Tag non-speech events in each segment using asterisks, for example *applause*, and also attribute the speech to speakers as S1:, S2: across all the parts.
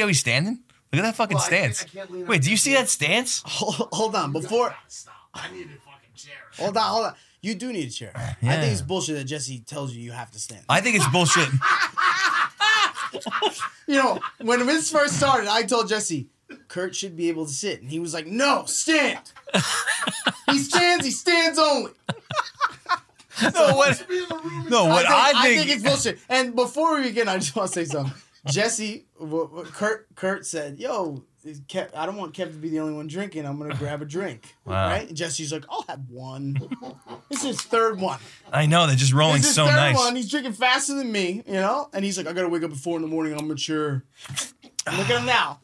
S1: how he's standing? Look at that fucking
S2: Well, I can't-
S1: stance.
S2: I can't lean
S1: Wait,
S2: up
S1: do you see that stance?
S3: Hold, hold on, before
S2: Stop. I need a fucking chair.
S3: hold on, hold on. You do need a chair. I
S1: Yeah.
S3: think it's bullshit that Jesse tells you you have to stand.
S1: I think it's bullshit.
S3: You know, when this first started, I told Jesse, Kurt should be able to sit, and he was like, "No, stand."
S1: *laughs*
S3: he stands. He stands only.
S1: no, what?
S2: Be in the room and
S1: No, what I think.
S3: I think it's bullshit. And before we begin, I just want to say something. Jesse, w- w- Kurt, Kurt said, "Yo, is Kev, I don't want Kev to be the only one drinking. I'm gonna grab a drink,
S1: Wow.
S3: right?" And Jesse's like, "I'll have one. This is his third one.
S1: I know they're just rolling
S3: This is
S1: so
S3: third
S1: nice.
S3: one. He's drinking faster than me, you know." And he's like, "I gotta wake up at four in the morning. I'm mature." Look at him now.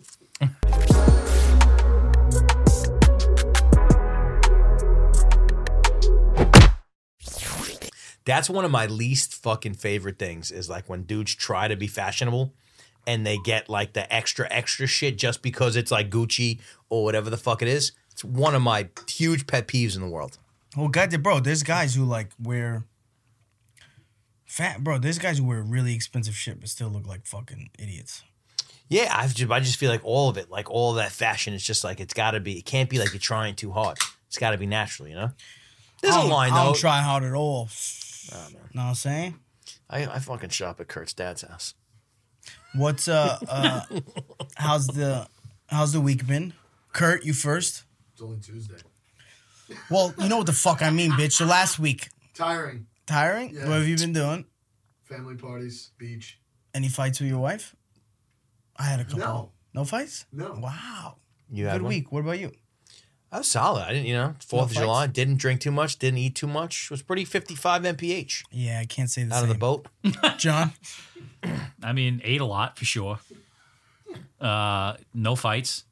S4: That's one of my least fucking favorite things is like when dudes try to be fashionable and they get like the extra extra shit just because it's like Gucci or whatever the fuck it is. It's one of my huge pet peeves in the world.
S3: Well, goddamn, bro, there's guys who like wear fat, bro. There's guys who wear really expensive shit but still look like fucking idiots.
S4: Yeah, I've just, I just feel like all of it, like all that fashion, is just like it's got to be. It can't be like you're trying too hard. It's got to be natural, you know. There's
S3: I
S4: a
S3: don't,
S4: line
S3: I
S4: though.
S3: don't try hard at all. know what I'm saying?
S4: I, I fucking shop at Kurt's dad's house.
S3: What's uh, uh how's the how's the week been? Kurt, you first.
S2: It's only Tuesday.
S3: Well, you know what the fuck I mean, bitch. The last week,
S2: Tiring.
S3: tiring.
S2: Yeah.
S3: What have you been doing?
S2: Family parties, beach.
S3: Any fights with your wife? I had a couple.
S2: No.
S3: No fights.
S2: No.
S3: Wow.
S4: You had
S3: Good
S4: one?
S3: week. What about you?
S4: I was solid. I didn't, you know, Fourth of
S3: fights?
S4: July. Didn't drink too much. Didn't eat too much. Was pretty 55 mph
S3: Yeah, I can't say the same.
S4: out of the boat.
S3: John.
S5: I mean, ate a lot for sure. Uh, no fights.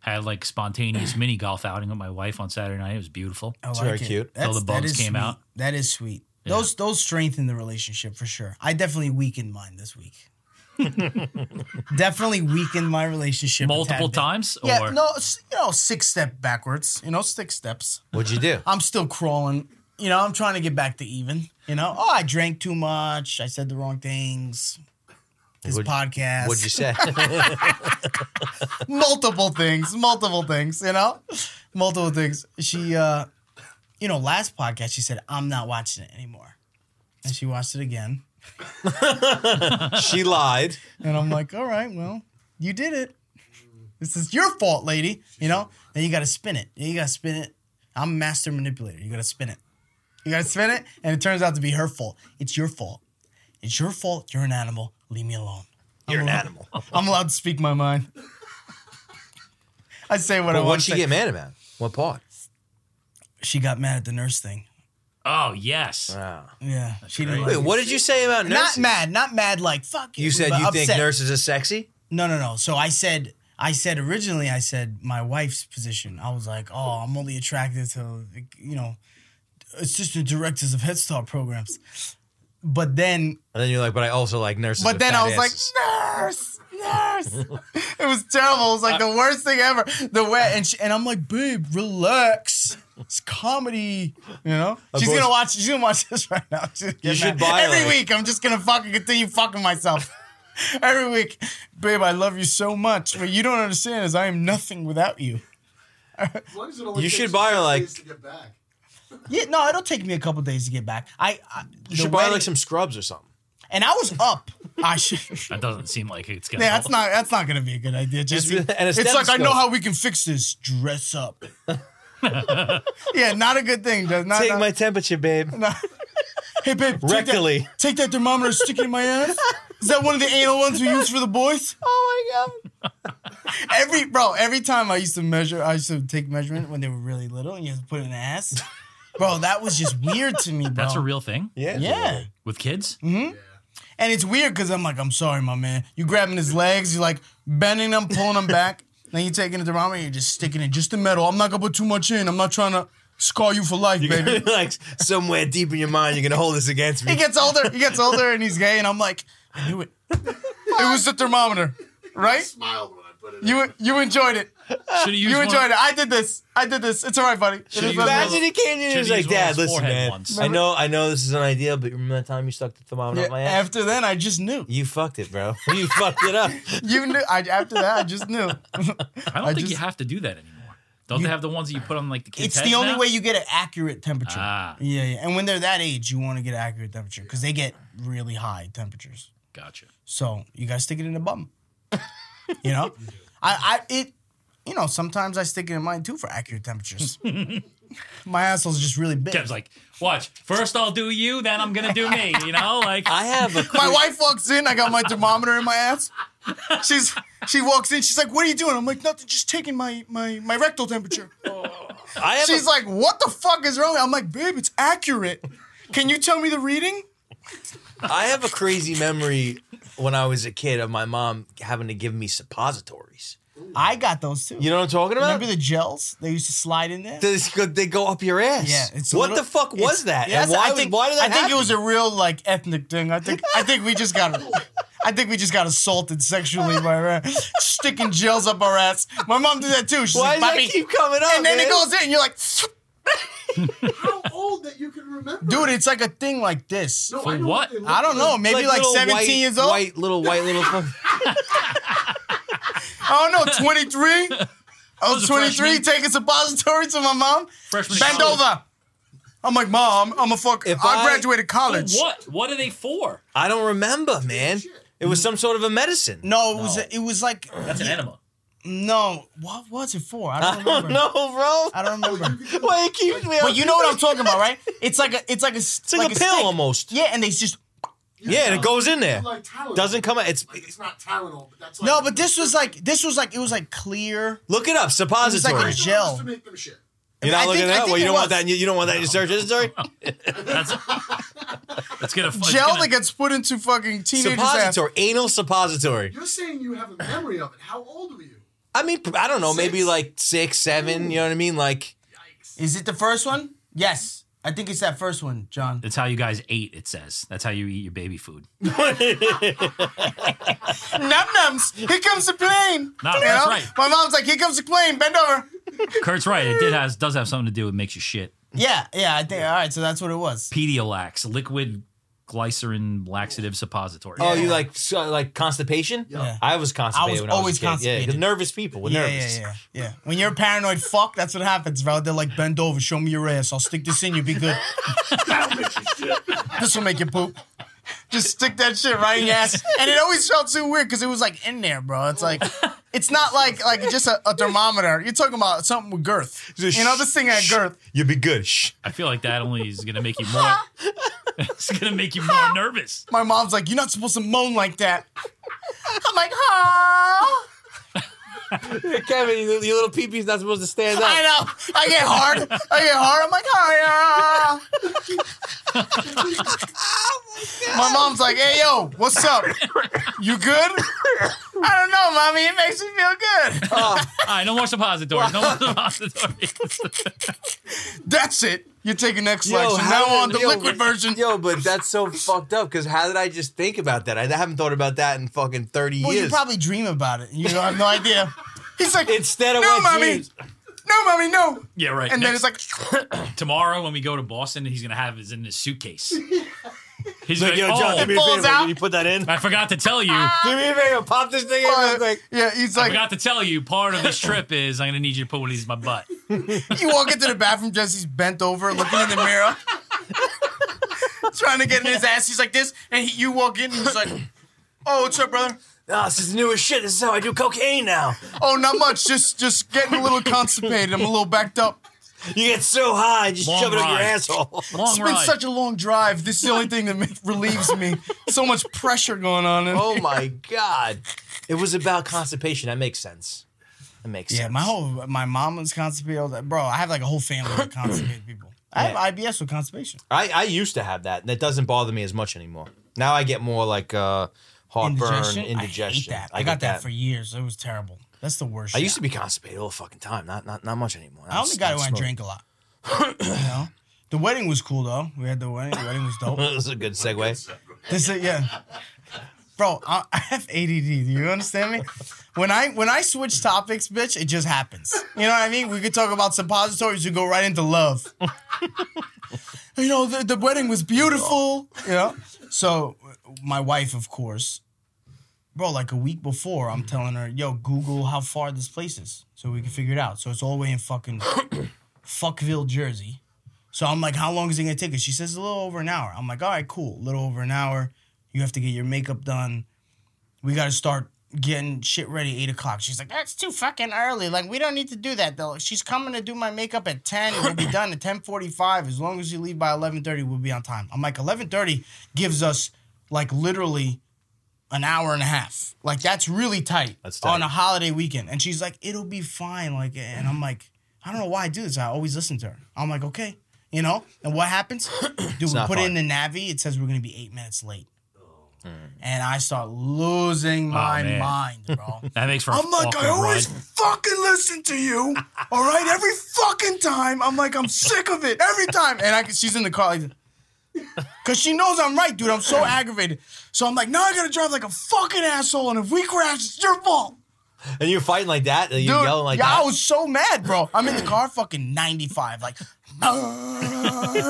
S5: Had like spontaneous mini golf outing with my wife on Saturday night. It was beautiful.
S3: I
S4: It's
S3: like
S4: very
S3: it.
S4: cute.
S5: Till the
S3: that
S5: bugs
S3: is
S5: came
S3: sweet.
S5: out.
S3: That is sweet. Those those strengthen the relationship for sure. I definitely weakened mine this
S5: *laughs*
S3: week. definitely weakened my relationship a
S5: Multiple
S3: tad bit.
S5: times?
S3: Yeah,
S5: or
S3: no, s- you know, six step backwards. You know, six steps.
S4: What'd you do?
S3: I'm still crawling. You know, I'm trying to get back to even. You know, oh, I drank too much. I said the wrong things. This
S4: What'd-
S3: podcast.
S4: What'd you say?
S3: multiple things, multiple things, you know? Multiple things. She uh you know, last podcast she said, I'm not watching it anymore. And she watched it again.
S4: *laughs* she lied.
S3: And I'm like, all right, well, you did it. This is your fault, lady. You know? Then you gotta spin it. You gotta spin it. I'm a master manipulator. You gotta spin it. You gotta spin it, and it turns out to be her fault. It's your fault. It's your fault. You're an animal. Leave me alone.
S4: You're an animal.
S3: I'm allowed to speak my mind. I say what I
S4: But
S3: want
S4: what'd
S3: to
S4: she
S3: say.
S4: get mad about? What part?
S3: she got mad at the nurse thing.
S5: Oh, yes.
S4: Wow.
S3: Yeah, she didn't.
S4: Wait,
S3: like it.
S4: what did you say about nurses?
S3: Not mad, not mad. Like fuck.
S4: You said
S3: but
S4: you think
S3: upset.
S4: nurses are sexy?
S3: No, no, no. So I said, I said originally, I said my wife's position. I was like, oh, I'm only attracted to you know, assistant directors of Head Start programs. But then,
S4: And then you're like, but I also like nurses.
S3: but
S4: with
S3: then
S4: fat
S3: I was
S4: asses.
S3: like, nurse, nurse. *laughs* it was terrible. It was like
S4: Uh,
S3: the worst thing ever. The way and she, and I'm like, babe, relax. It's comedy, you know. She's
S4: course.
S3: gonna watch. She's gonna watch *laughs* this right now. She's gonna get mad.
S4: should buy,
S3: every
S4: like-
S3: week. I'm just gonna fucking continue fucking myself. *laughs* every week, babe, I love you so much. What you don't understand is I am nothing without you.
S2: As long as it only
S4: You
S2: takes
S4: should buy her,
S2: six
S4: like-
S2: days to get back.
S3: Yeah, no, it'll take me a couple days to get back. I, I
S4: you should buy like some scrubs or something.
S3: and I was up. I should.
S5: That doesn't seem like it's going to
S3: Yeah, that's not that's not gonna be a good idea, Jesse.
S4: with- and a
S3: it's like I know
S4: stethoscope.
S3: how we can fix this. Dress up. *laughs* yeah, not a good thing. Jess. Not,
S4: Take
S3: not-
S4: my temperature, *laughs* babe.
S3: hey babe, take that-
S4: *laughs* Rectally.
S3: Take that, thermometer, stick it in my ass. Is that one of the anal ones we use for the boys? Oh my god. Every bro, every time I used to measure, I used to take measurement when they were really little, and you had to put it in the ass. Bro, that was just weird to me, bro.
S5: That's a real thing
S4: Yeah. *laughs*
S3: yeah.
S5: with kids?
S3: And it's weird because I'm like, I'm sorry, my man. You grabbing his legs, you're like bending them, pulling them
S5: *laughs*
S3: back. Then you're taking the thermometer, you're just sticking it, just the metal. I'm not gonna put too much in. I'm not trying to scar you for life,
S5: *laughs*
S3: baby.
S4: like somewhere deep in your mind, you're gonna hold this against
S3: he
S4: me.
S3: gets older, he gets older, and he's gay, and I'm like, I knew it. It was the thermometer, right?
S2: Smiled when I but it
S3: You you enjoyed it.
S5: Should have used
S3: You
S5: one-
S3: enjoyed it. I did this. I did this. It's all right, buddy. It
S5: Should've
S3: is
S5: used
S3: all
S5: one
S3: right.
S4: *laughs*
S5: of
S4: Imagine he came in and was like,
S5: Should've used one on
S4: Dad,
S5: his
S4: listen,
S5: forehead
S4: man.
S5: once.
S4: I know, I know this is an idea, but remember that time you stuck the thermometer
S3: Yeah,
S4: up my ass?
S3: after then, I just
S5: *laughs*
S3: knew.
S4: you fucked it, bro. *laughs* You fucked it up.
S3: You knew. I, after that, I just knew.
S5: I don't
S3: I
S5: think you
S3: just-
S5: have to do that anymore. Don't they have the ones that you put on like the kids?
S3: it's the
S5: heads
S3: only
S5: now?
S3: way you get an accurate temperature.
S5: Ah,
S3: Yeah, yeah. And when they're that age, you want to get an accurate temperature because they get really high temperatures.
S5: gotcha.
S3: So you gotta stick it in the bum. *laughs* you know, I, I it, you know, sometimes I stick it in mine too for accurate
S5: *laughs*
S3: temperatures. My asshole's just really big.
S5: Kev's like, watch. First I'll do you, then I'm gonna do me. You know, *laughs* like
S4: I have a
S3: my wife walks in. I got my thermometer in my ass. She's she walks in. She's like, "What are you doing?" I'm like, "Nothing. Just taking my my my rectal temperature."
S5: Oh.
S4: I have
S3: She's
S4: a,
S3: like, "What the fuck is wrong?" I'm like, "Babe, it's accurate. Can you tell me the reading?"
S4: I have a crazy memory when I was a kid of my mom having to give me suppositories.
S3: I got those too.
S4: You know what I'm talking about?
S3: Remember the gels they used to slide in there?
S4: Does- they go up your ass.
S3: Yeah, it's a
S4: what
S3: little-
S4: the fuck was
S3: it's-
S4: that?
S3: yeah, that's-
S4: and why,
S3: I
S4: was-
S3: think,
S4: why did that
S3: I think
S4: happen?
S3: it was a real like ethnic thing. I think I think we just got I think we just got assaulted sexually by her sticking gels up our ass. My mom did that too. She's
S4: Why
S3: like,
S4: does that
S3: "Papi,"
S4: keep coming up?
S3: and then
S4: man?
S3: it goes in. And you're like,
S2: How old that you can remember?
S3: dude, it's like a thing like this.
S2: No,
S5: For
S2: I know
S5: what?
S2: they look
S3: I don't know,
S2: like.
S3: maybe like,
S4: little
S3: 17
S4: white-
S3: years old.
S4: White little white little. fuck-
S3: I don't know,
S4: *laughs*
S3: 23. I was
S5: a
S3: 23
S5: freshman.
S3: taking suppository to my mom.
S5: freshman.
S3: Bend
S5: college.
S3: over. I'm like, mom, I'm a fuck.
S4: If
S3: I
S4: I-
S3: graduated college.
S5: What? What are they for?
S4: I don't remember, man. It was some sort of a medicine.
S3: No, it was it was like
S5: That's an enema.
S3: no. What was it for? I don't
S4: *laughs* I
S3: remember.
S4: don't know, bro.
S3: I don't remember.
S4: *laughs* Why it keeps me?
S3: But you know what I'm talking about, right? It's like a, it's like a,
S4: It's like, a, pill
S3: stick.
S4: almost.
S3: Yeah, and they just
S4: Yeah, and it goes in there.
S2: Like Tylenol.
S4: Doesn't come out. It's
S2: Like, it's not Tylenol, but that's like
S3: no. But this was like this was like it was like clear.
S4: look it up.
S3: was like a
S4: Suppositories.
S3: gel.
S2: To make them shit.
S4: You're not
S3: I
S4: looking
S3: think-
S4: it
S3: I
S4: up.
S3: think
S4: Well, you
S3: it
S4: don't want
S3: was.
S4: that. in your- You don't want that in your search history.
S5: It's gonna it's
S3: Gel
S5: gonna-
S3: that gets put into fucking teenagers' ass.
S4: Suppository, anal suppository.
S2: You're saying you have a memory of it. How old were you?
S4: I mean, I don't know, maybe
S2: Six?
S4: like six, seven. You know what I mean? Like
S2: Yikes.
S3: Is it the first one? Yes, I think it's that first one, John.
S5: That's how you guys ate. It says that's how you eat your baby food.
S3: Num nums. Here comes the plane.
S5: No,
S3: You
S5: that's
S3: know?
S5: right.
S3: My mom's like, here comes the plane. Bend over.
S5: Kurt's right. It did has does have something to do. with makes you shit.
S3: Yeah, yeah. I think. All right. So that's what it was.
S5: Pedialax, liquid glycerin laxative suppository.
S4: Oh, you like so, like constipation?
S3: Yeah.
S4: I was constipated.
S3: I was
S4: when
S3: always
S4: I was a kid. Yeah, 'cause
S3: constipated.
S4: nervous people were
S3: Yeah, yeah,
S4: nervous.
S3: yeah, yeah. When you're a paranoid fuck, that's what happens, bro. They're like, bend over, show me your ass. I'll stick this in you, be good. this will make you poop. Just stick that shit right in your ass. And it always felt so weird because it was like in there, bro. It's like, it's not like like just a, a thermometer. You're talking about something with girth.
S4: Just
S3: You know, this thing had
S4: shh,
S3: girth.
S4: You'll be good. Shh.
S5: I feel like that only is gonna make you more. *laughs* it's gonna make you more nervous.
S3: My mom's like, you're not supposed to moan like that. I'm like, oh.
S4: Kevin, your your little peepee's not supposed to
S3: *laughs*
S4: stand up.
S3: I know. I get hard. I get hard. I'm like, oh yeah. my, mom's like, hey yo, what's up? You good? I don't know, mommy. It makes me feel good.
S5: All right, no more suppositories. No more suppositories. *laughs*
S3: That's it. You're taking next
S4: Yo,
S3: selection.
S4: how
S3: Now
S4: did-
S3: on the
S4: yo,
S3: liquid version.
S4: Yo, but that's so fucked up. Because how did I just think about that? I haven't thought about that in fucking thirty
S3: well, you
S4: years.
S3: probably dream about it. You have no idea. He's like,
S4: Instead of
S3: No,
S4: what
S3: mommy.
S4: dreams-
S3: no, mommy, no.
S5: yeah, right.
S3: And then
S5: Next-
S3: it's
S4: *laughs*
S3: like,
S5: tomorrow when we go to Boston, he's gonna have his in
S3: *laughs*
S5: his suitcase. He's
S4: Yo,
S5: like,
S4: John,
S5: oh,
S4: do me a
S3: falls
S4: favor.
S3: out.
S4: Can you put that *laughs* in?
S5: I forgot to tell you.
S3: Ah.
S5: I
S4: Do me a favor. Pop this thing in real quick.
S3: yeah, he's like,
S5: forgot to tell you. Part of this trip is I'm gonna need you to put one of these in my butt.
S3: You walk into the bathroom, Jesse's bent over, looking in the
S4: *laughs*
S3: mirror, trying to get in his ass. He's like this, and he, you walk in, and he's like, "Oh, what's up, brother?
S4: Oh, this is new as shit. This is how I do cocaine now.
S3: Oh, not much. Just, just getting a little constipated. I'm a little backed up.
S4: You get so high, just
S5: Long
S4: shove it up your
S5: ride.
S4: asshole.
S5: Long
S3: It's been
S5: ride.
S3: such a long drive. This is the only thing that ma- relieves me. So much pressure going on. In
S4: Oh my god! It was about constipation. That makes sense. That makes
S3: yeah,
S4: sense.
S3: my whole my mom was constipated. all that- Bro, I have like a whole family of constipated people. I have IBS with constipation.
S4: I, I used to have that, and it doesn't bother me as much anymore. Now I get more like uh, heartburn, indigestion.
S3: I hate that. I, got that. for years. It was terrible. That's the worst.
S4: I
S3: shit.
S4: used to be constipated all the fucking time. Not not not much anymore.
S3: I only got it when I drank a lot. you know, the wedding
S4: *laughs*
S3: was cool though. We had the wedding. The wedding was dope.
S4: This is a good segue.
S3: This, is- yeah. bro. I, I have ADD. Do you understand me? When I when I switch topics, bitch, it just happens. You know what I mean? We could talk about suppositories. You go right into love. you know, the, the wedding was beautiful. You know, so my wife, of course, bro. Like a week before, I'm telling her, "Yo, Google how far this place is, so we can figure it out." So it's all the way in fucking *coughs* Fuckville, Jersey. So I'm like, how long is it gonna take us? She says a little over an hour. I'm like, all right, cool, a little over an hour. You have to get your makeup done. We gotta start getting shit ready eight o'clock. She's like, that's too fucking early. Like we don't need to do that though. She's coming to do my makeup at ten. We'll be done at ten forty five. As long as you leave by eleven thirty, we'll be on time. I'm like, eleven thirty gives us like literally an hour and a half. Like that's really tight,
S4: That's tight.
S3: on a holiday weekend. And she's like, it'll be fine. Like, and I'm like, I don't know why I do this. I always listen to her. I'm like, okay, you know. And what
S4: *coughs*
S3: happens? Do we
S4: not
S3: put it in
S4: fun.
S3: the navi? It says we're gonna be eight minutes late. And I start losing my
S5: Oh, man.
S3: mind,
S5: *laughs*
S3: bro.
S5: That makes for. a
S3: I'm like,
S5: fucking
S3: I always
S5: ride.
S3: fucking listen to
S5: *laughs*
S3: you. All right, every fucking time. I'm like, I'm sick of it every time. And I, she's in the car, like, cause she knows I'm right, dude. I'm so
S5: *laughs*
S3: aggravated. So I'm like, now I gotta drive like a fucking asshole. And if we crash, it's your fault,
S4: And you're fighting like that, and
S3: dude.
S4: you're yelling like
S3: yeah,
S4: that.
S3: I was so mad, bro. I'm in the car, fucking 95,
S5: *laughs*
S3: like, *laughs* you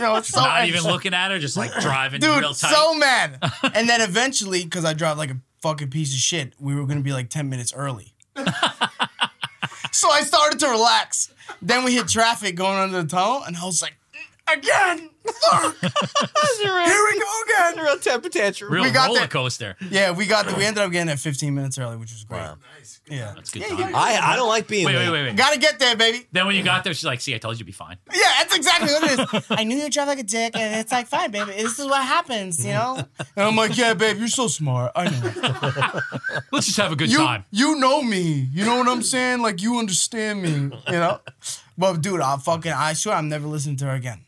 S3: know, it's so
S5: Not
S3: angry.
S5: even looking at her, just like driving real
S3: Dude,
S5: tight.
S3: so
S5: *laughs*
S3: mad. and then eventually, because I drive like a fucking piece of shit, we were gonna be like 10 minutes
S5: *laughs*
S3: early. so I started to relax. Then we hit traffic going under the tunnel, and I was like, again,
S5: *laughs*
S3: fuck. *laughs* Here we go again.
S4: Real temper tantrum.
S5: real
S3: we got
S5: roller
S3: that-
S5: coaster.
S3: Yeah, we got there. We ended up getting there 15 minutes early, which was great.
S4: Wow.
S2: Nice. Good.
S3: Yeah.
S5: That's good
S3: Yeah, you
S5: time.
S4: I, I don't like being
S5: Wait,
S4: late.
S5: wait, wait, wait.
S3: Gotta get there, baby.
S5: Then when you got there, she's like, "See, I told you to be fine."
S3: Yeah, that's exactly what it
S5: *laughs*
S3: is. I knew you drive like a dick, and it's like, fine, baby. This is what happens, you
S5: *laughs*
S3: know? And I'm like, yeah, babe, you're so smart. I know.
S5: Let's just have a good
S3: you,
S5: time.
S3: You know me. You know what I'm saying? Like you understand me. You know. But dude, I fucking I swear I'm never listening to her again.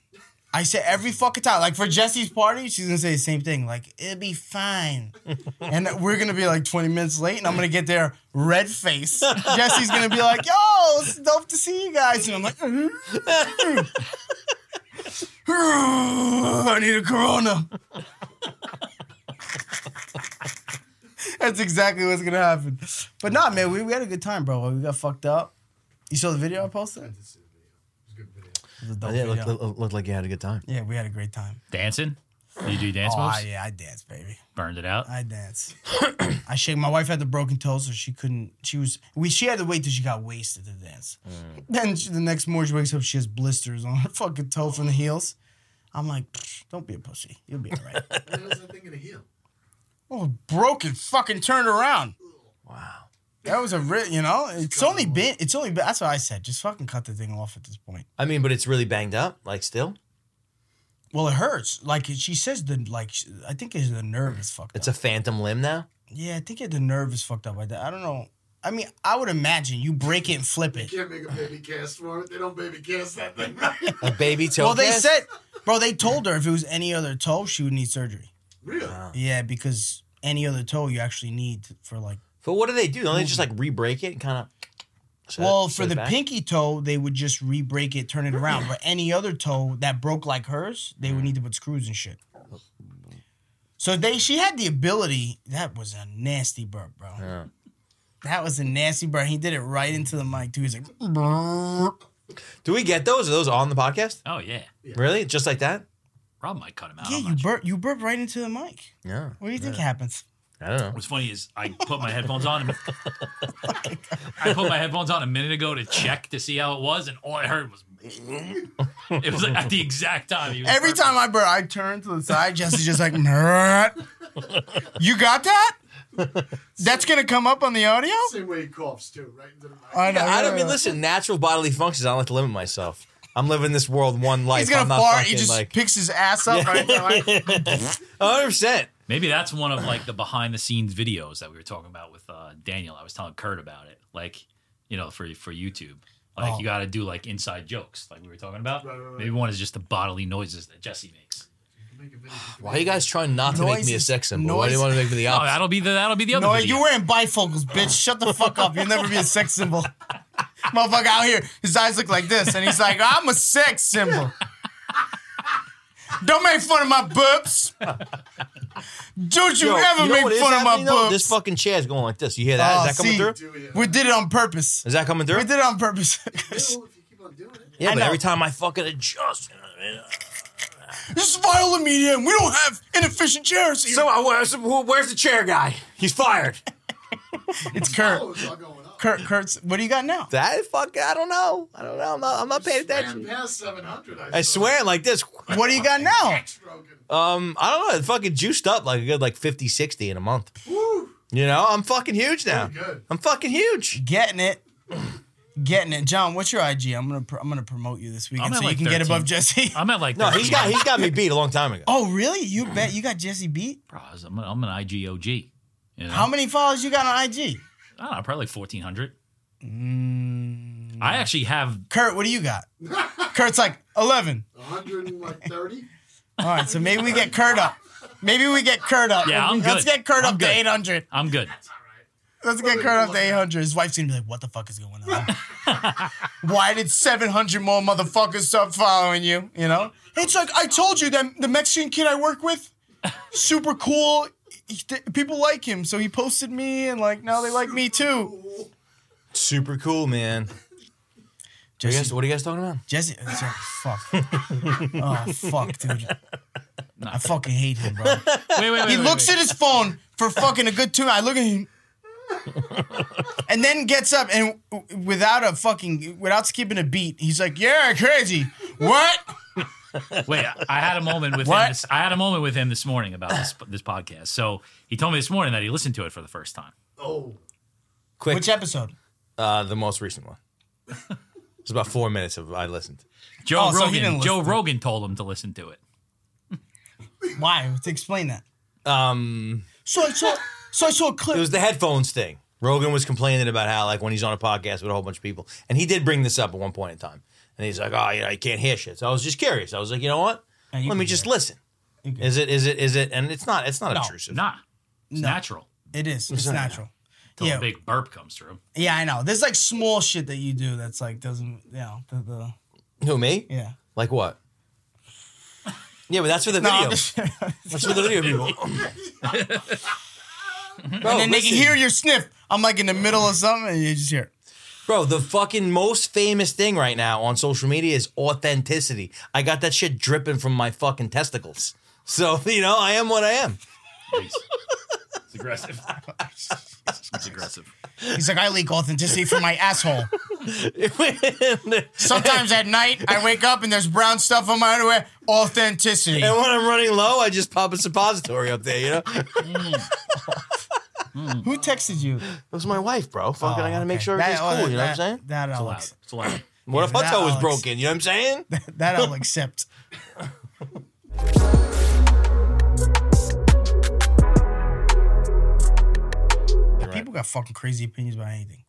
S3: I say every fucking time. Like for Jesse's party, she's gonna say the same thing. Like it'll be fine, and we're gonna be like 20 minutes late, and I'm gonna get there red face. Jesse's gonna be like, "Yo, it's dope to see you guys," and I'm like, "Mm-hmm." *laughs* "I need a Corona." That's exactly what's gonna happen. But nah, man, we, we had a good time, bro. We got fucked up. You saw the video I posted? It
S2: It's a video. It's a good video.
S3: was a dope
S4: Oh, yeah, look,
S3: video.
S4: look, look like you had a good time.
S3: yeah, we had a great time.
S5: Dancing. You do dance
S3: Oh
S5: moves.
S3: I, yeah, I dance, baby.
S5: Burned it out.
S3: I dance. *coughs* I shake. My wife had the broken toe, so she couldn't. She was. We. She had to wait till she got wasted to dance. Then she, the next morning, she wakes up. She has blisters on her fucking toe from the heels. I'm like, "Psh, don't be a pussy. You'll be all right.
S2: *laughs* When is that thing gonna heal?
S3: oh, broken. Fucking turned around.
S4: Wow.
S3: That was a real, you know. It's only been. It's only been. That's what I said. Just fucking cut the thing off at this point.
S4: I mean, but it's really banged up, like still.
S3: Well, it hurts. Like she says, the like sh- I think it's the nerve is fucked
S4: It's a
S3: up.
S4: phantom limb now.
S3: yeah, I think the nerve is fucked up. I, I don't know. I mean, I would imagine you break it and flip it.
S2: Can't make a baby cast for it. They don't baby cast that thing. *laughs* Right?
S4: A baby toe.
S3: Well, they
S4: cast?
S3: said, bro, they told her if it was any other toe, she would need surgery.
S2: Really?
S3: Yeah, because any other toe you actually need for like.
S4: But what do they do? Don't they just like re-break it and kind of?
S3: well, for the pinky toe, they would just re-break it, turn it around. But any other toe that broke like hers, they would need to put screws and shit. So they, she had the ability. That was a nasty burp, bro.
S4: Yeah.
S3: That was a nasty burp. He did it right into the mic too. He's like, "Mm, "Burp."
S4: Do we get those? Are those on the podcast?
S5: Oh yeah.
S4: Really? Just like that?
S5: Rob might cut him out.
S3: "Yeah,
S5: I'm
S3: you
S5: not sure.
S3: burp, you burp right into the mic.
S4: Yeah.
S3: What do you think happens?"
S4: I don't know.
S5: What's funny is I put my headphones on. And I put my headphones on a minute ago to check to see how it was, and all I heard was. *laughs* It was like at the exact time. He was
S3: Every
S5: perfect.
S3: time I burp, I turn to the side. Jesse's just like, "Nerd." you got
S4: *laughs*
S3: that? That's gonna come up on the audio.
S2: Same way he coughs too, right into the mic.
S3: know.
S4: I don't
S3: yeah.
S4: mean listen. Natural bodily functions. I don't like to limit myself. I'm living this world one life.
S3: He's gonna
S4: I'm not
S3: fart.
S4: Fucking,
S3: He just
S4: like,
S3: picks his ass up. Right now. Like,
S4: 100. percent
S5: Maybe that's one of like the behind the scenes videos that we were talking about with uh, Daniel. I was telling Kurt about it, like you know, for for YouTube, like
S3: Oh.
S5: you got to do like inside jokes, like we were talking about.
S2: Right, right, right.
S5: Maybe one is just the bodily noises that Jesse makes.
S2: Make a video.
S4: Why are you guys trying not to make me a
S3: Noises.
S4: sex symbol? Why do you
S3: Noises.
S4: want to make me the
S5: Oh,
S4: opposite?
S5: that'll be the that'll be the other.
S3: no,
S5: video.
S3: you're wearing bifocals, bitch. Shut the fuck up. You'll never be a sex symbol. *laughs* Motherfucker out here, his eyes look like this, and he's like, "I'm a sex symbol." Don't make fun of my burps. Don't you
S4: Yo,
S3: ever
S4: you know what
S3: make
S4: is
S3: fun of my
S4: happening, though?
S3: boobs.
S4: This fucking chair's going like this. You hear
S3: Ah,
S4: that? Is that
S3: see,
S4: coming through?
S3: We did it on purpose.
S4: Is that coming through?
S3: We did it on purpose. *laughs*
S2: Well, if you keep on doing it.
S4: Yeah,
S3: I
S4: but
S3: know.
S4: every time I fucking adjust.
S3: this is Viola Media, and we don't have inefficient chairs here.
S4: I uh, where's, where's the chair guy? He's fired.
S3: it's
S2: Oh,
S3: Kurt.
S2: it's all going up.
S3: Kurt, Kurt's. What do you got now?
S4: That fuck, I don't know. I don't know. I'm not, I'm not paying
S2: Ran
S4: attention.
S2: past 700. I,
S4: I
S2: saw.
S4: swear, like this.
S3: What do you got now?
S2: Stroking.
S4: Um, I don't know. It fucking juiced up like a good like 50, 60 in a month.
S2: Woo.
S4: You know, I'm fucking huge now.
S2: Pretty good.
S4: I'm fucking huge.
S3: Getting it. Getting it, John. What's your IG? I'm gonna pr- I'm gonna promote you this weekend
S5: I'm at
S3: so
S5: like
S3: you can get
S5: 13.
S3: above Jesse.
S5: I'm at like
S4: No, he's
S5: 13.
S4: got he's
S2: *laughs*
S4: got me beat a long time ago.
S3: *laughs* oh really? You bet you got Jesse beat.
S5: Bro, I'm, I'm an IGOG. You know?
S3: How many followers you got on IG?
S5: I don't know, probably like 1,400. I actually have
S3: Kurt, what do you got? Kurt's like eleven.
S2: 130.
S3: All right, so maybe we get Kurt up. Maybe we get Kurt up.
S5: Yeah, I'm
S3: Let's
S5: good.
S3: get Kurt
S5: I'm
S3: up
S5: good.
S3: to eight hundred.
S5: I'm good.
S3: Let's get Kurt up to 800. His wife's gonna be like, "What the fuck is going on? *laughs* Why did 700 more motherfuckers stop following you?" You know, it's like I told you that the Mexican kid I work with, super cool. he- people like him, so he posted me, and like now they like me too.
S4: Super cool, man. What are, you guys,
S3: Jesse,
S4: what are you guys talking about?
S3: Jesse, oh, fuck, oh fuck, dude, I fucking hate him, bro.
S5: Wait, wait, wait.
S3: He
S5: wait,
S3: looks
S5: wait.
S3: at his phone for fucking a good two. I look at him, and then gets up and w- without a fucking without skipping a beat, he's like, "Yeah, crazy. What?
S5: Wait, I had a moment with
S3: What?
S5: him. This, I had a moment with him this morning about this this podcast. So he told me this morning that he listened to it for the first time.
S2: Oh.
S4: Quick,
S3: Which episode?
S4: uh, the most recent one. It's about four minutes of I listened.
S5: Joe
S3: Oh, so he
S5: Rogan.
S3: didn't
S5: Joe
S3: listen.
S5: Rogan told him to listen to it.
S3: Why? To explain that.
S4: Um,
S3: So I saw, so I saw a clip.
S4: it was the headphones thing. Rogan was complaining about how like when he's on a podcast with a whole bunch of people, and he did bring this up at one point in time, and he's like, "Oh, you know, you can't hear shit." So I was just curious. I was like, you know what?
S3: No, you
S4: Let
S3: can
S4: me
S3: hear
S4: just
S3: it.
S4: listen. Is it? Is it? Is it? And it's not. It's not
S3: No,
S4: obtrusive.
S5: Nah, it's natural.
S3: it is. It's natural.
S5: Till
S3: Yeah.
S5: a big burp comes through.
S3: Yeah, I know. There's like small shit that you do that's like doesn't. You know, the, the
S4: Who me?
S3: yeah.
S4: Like *laughs* what? Yeah, but that's for the
S3: No,
S4: video.
S3: I'm
S4: *laughs*
S3: just-
S4: That's for the video *laughs* people. Bro,
S3: and then they can
S4: Oh, listen.
S3: hear your sniff. I'm like in the middle of something, and you just hear. it.
S4: Bro, the fucking most famous thing right now on social media is authenticity. I got that shit dripping from my fucking testicles. So, *laughs* you know, I am what I am.
S3: *laughs*
S5: Please. It's aggressive. It's aggressive.
S3: He's like, I leak authenticity from my asshole. Sometimes at night, I wake up and there's brown stuff on my underwear. Authenticity.
S4: and when I'm running low, I just pop a suppository up there, you *laughs* know? It
S3: Who texted you?
S4: was my wife, bro. Fucking, I gotta make sure
S3: That-
S4: everything's cool, you know what I'm saying?
S3: That I'll,
S5: Loud.
S3: ac-
S5: It's loud.
S4: What if her
S3: that
S4: toe was
S3: Alex-
S4: broken, you know what I'm saying?
S3: that I'll
S4: *laughs*
S3: accept. People got fucking crazy opinions about anything.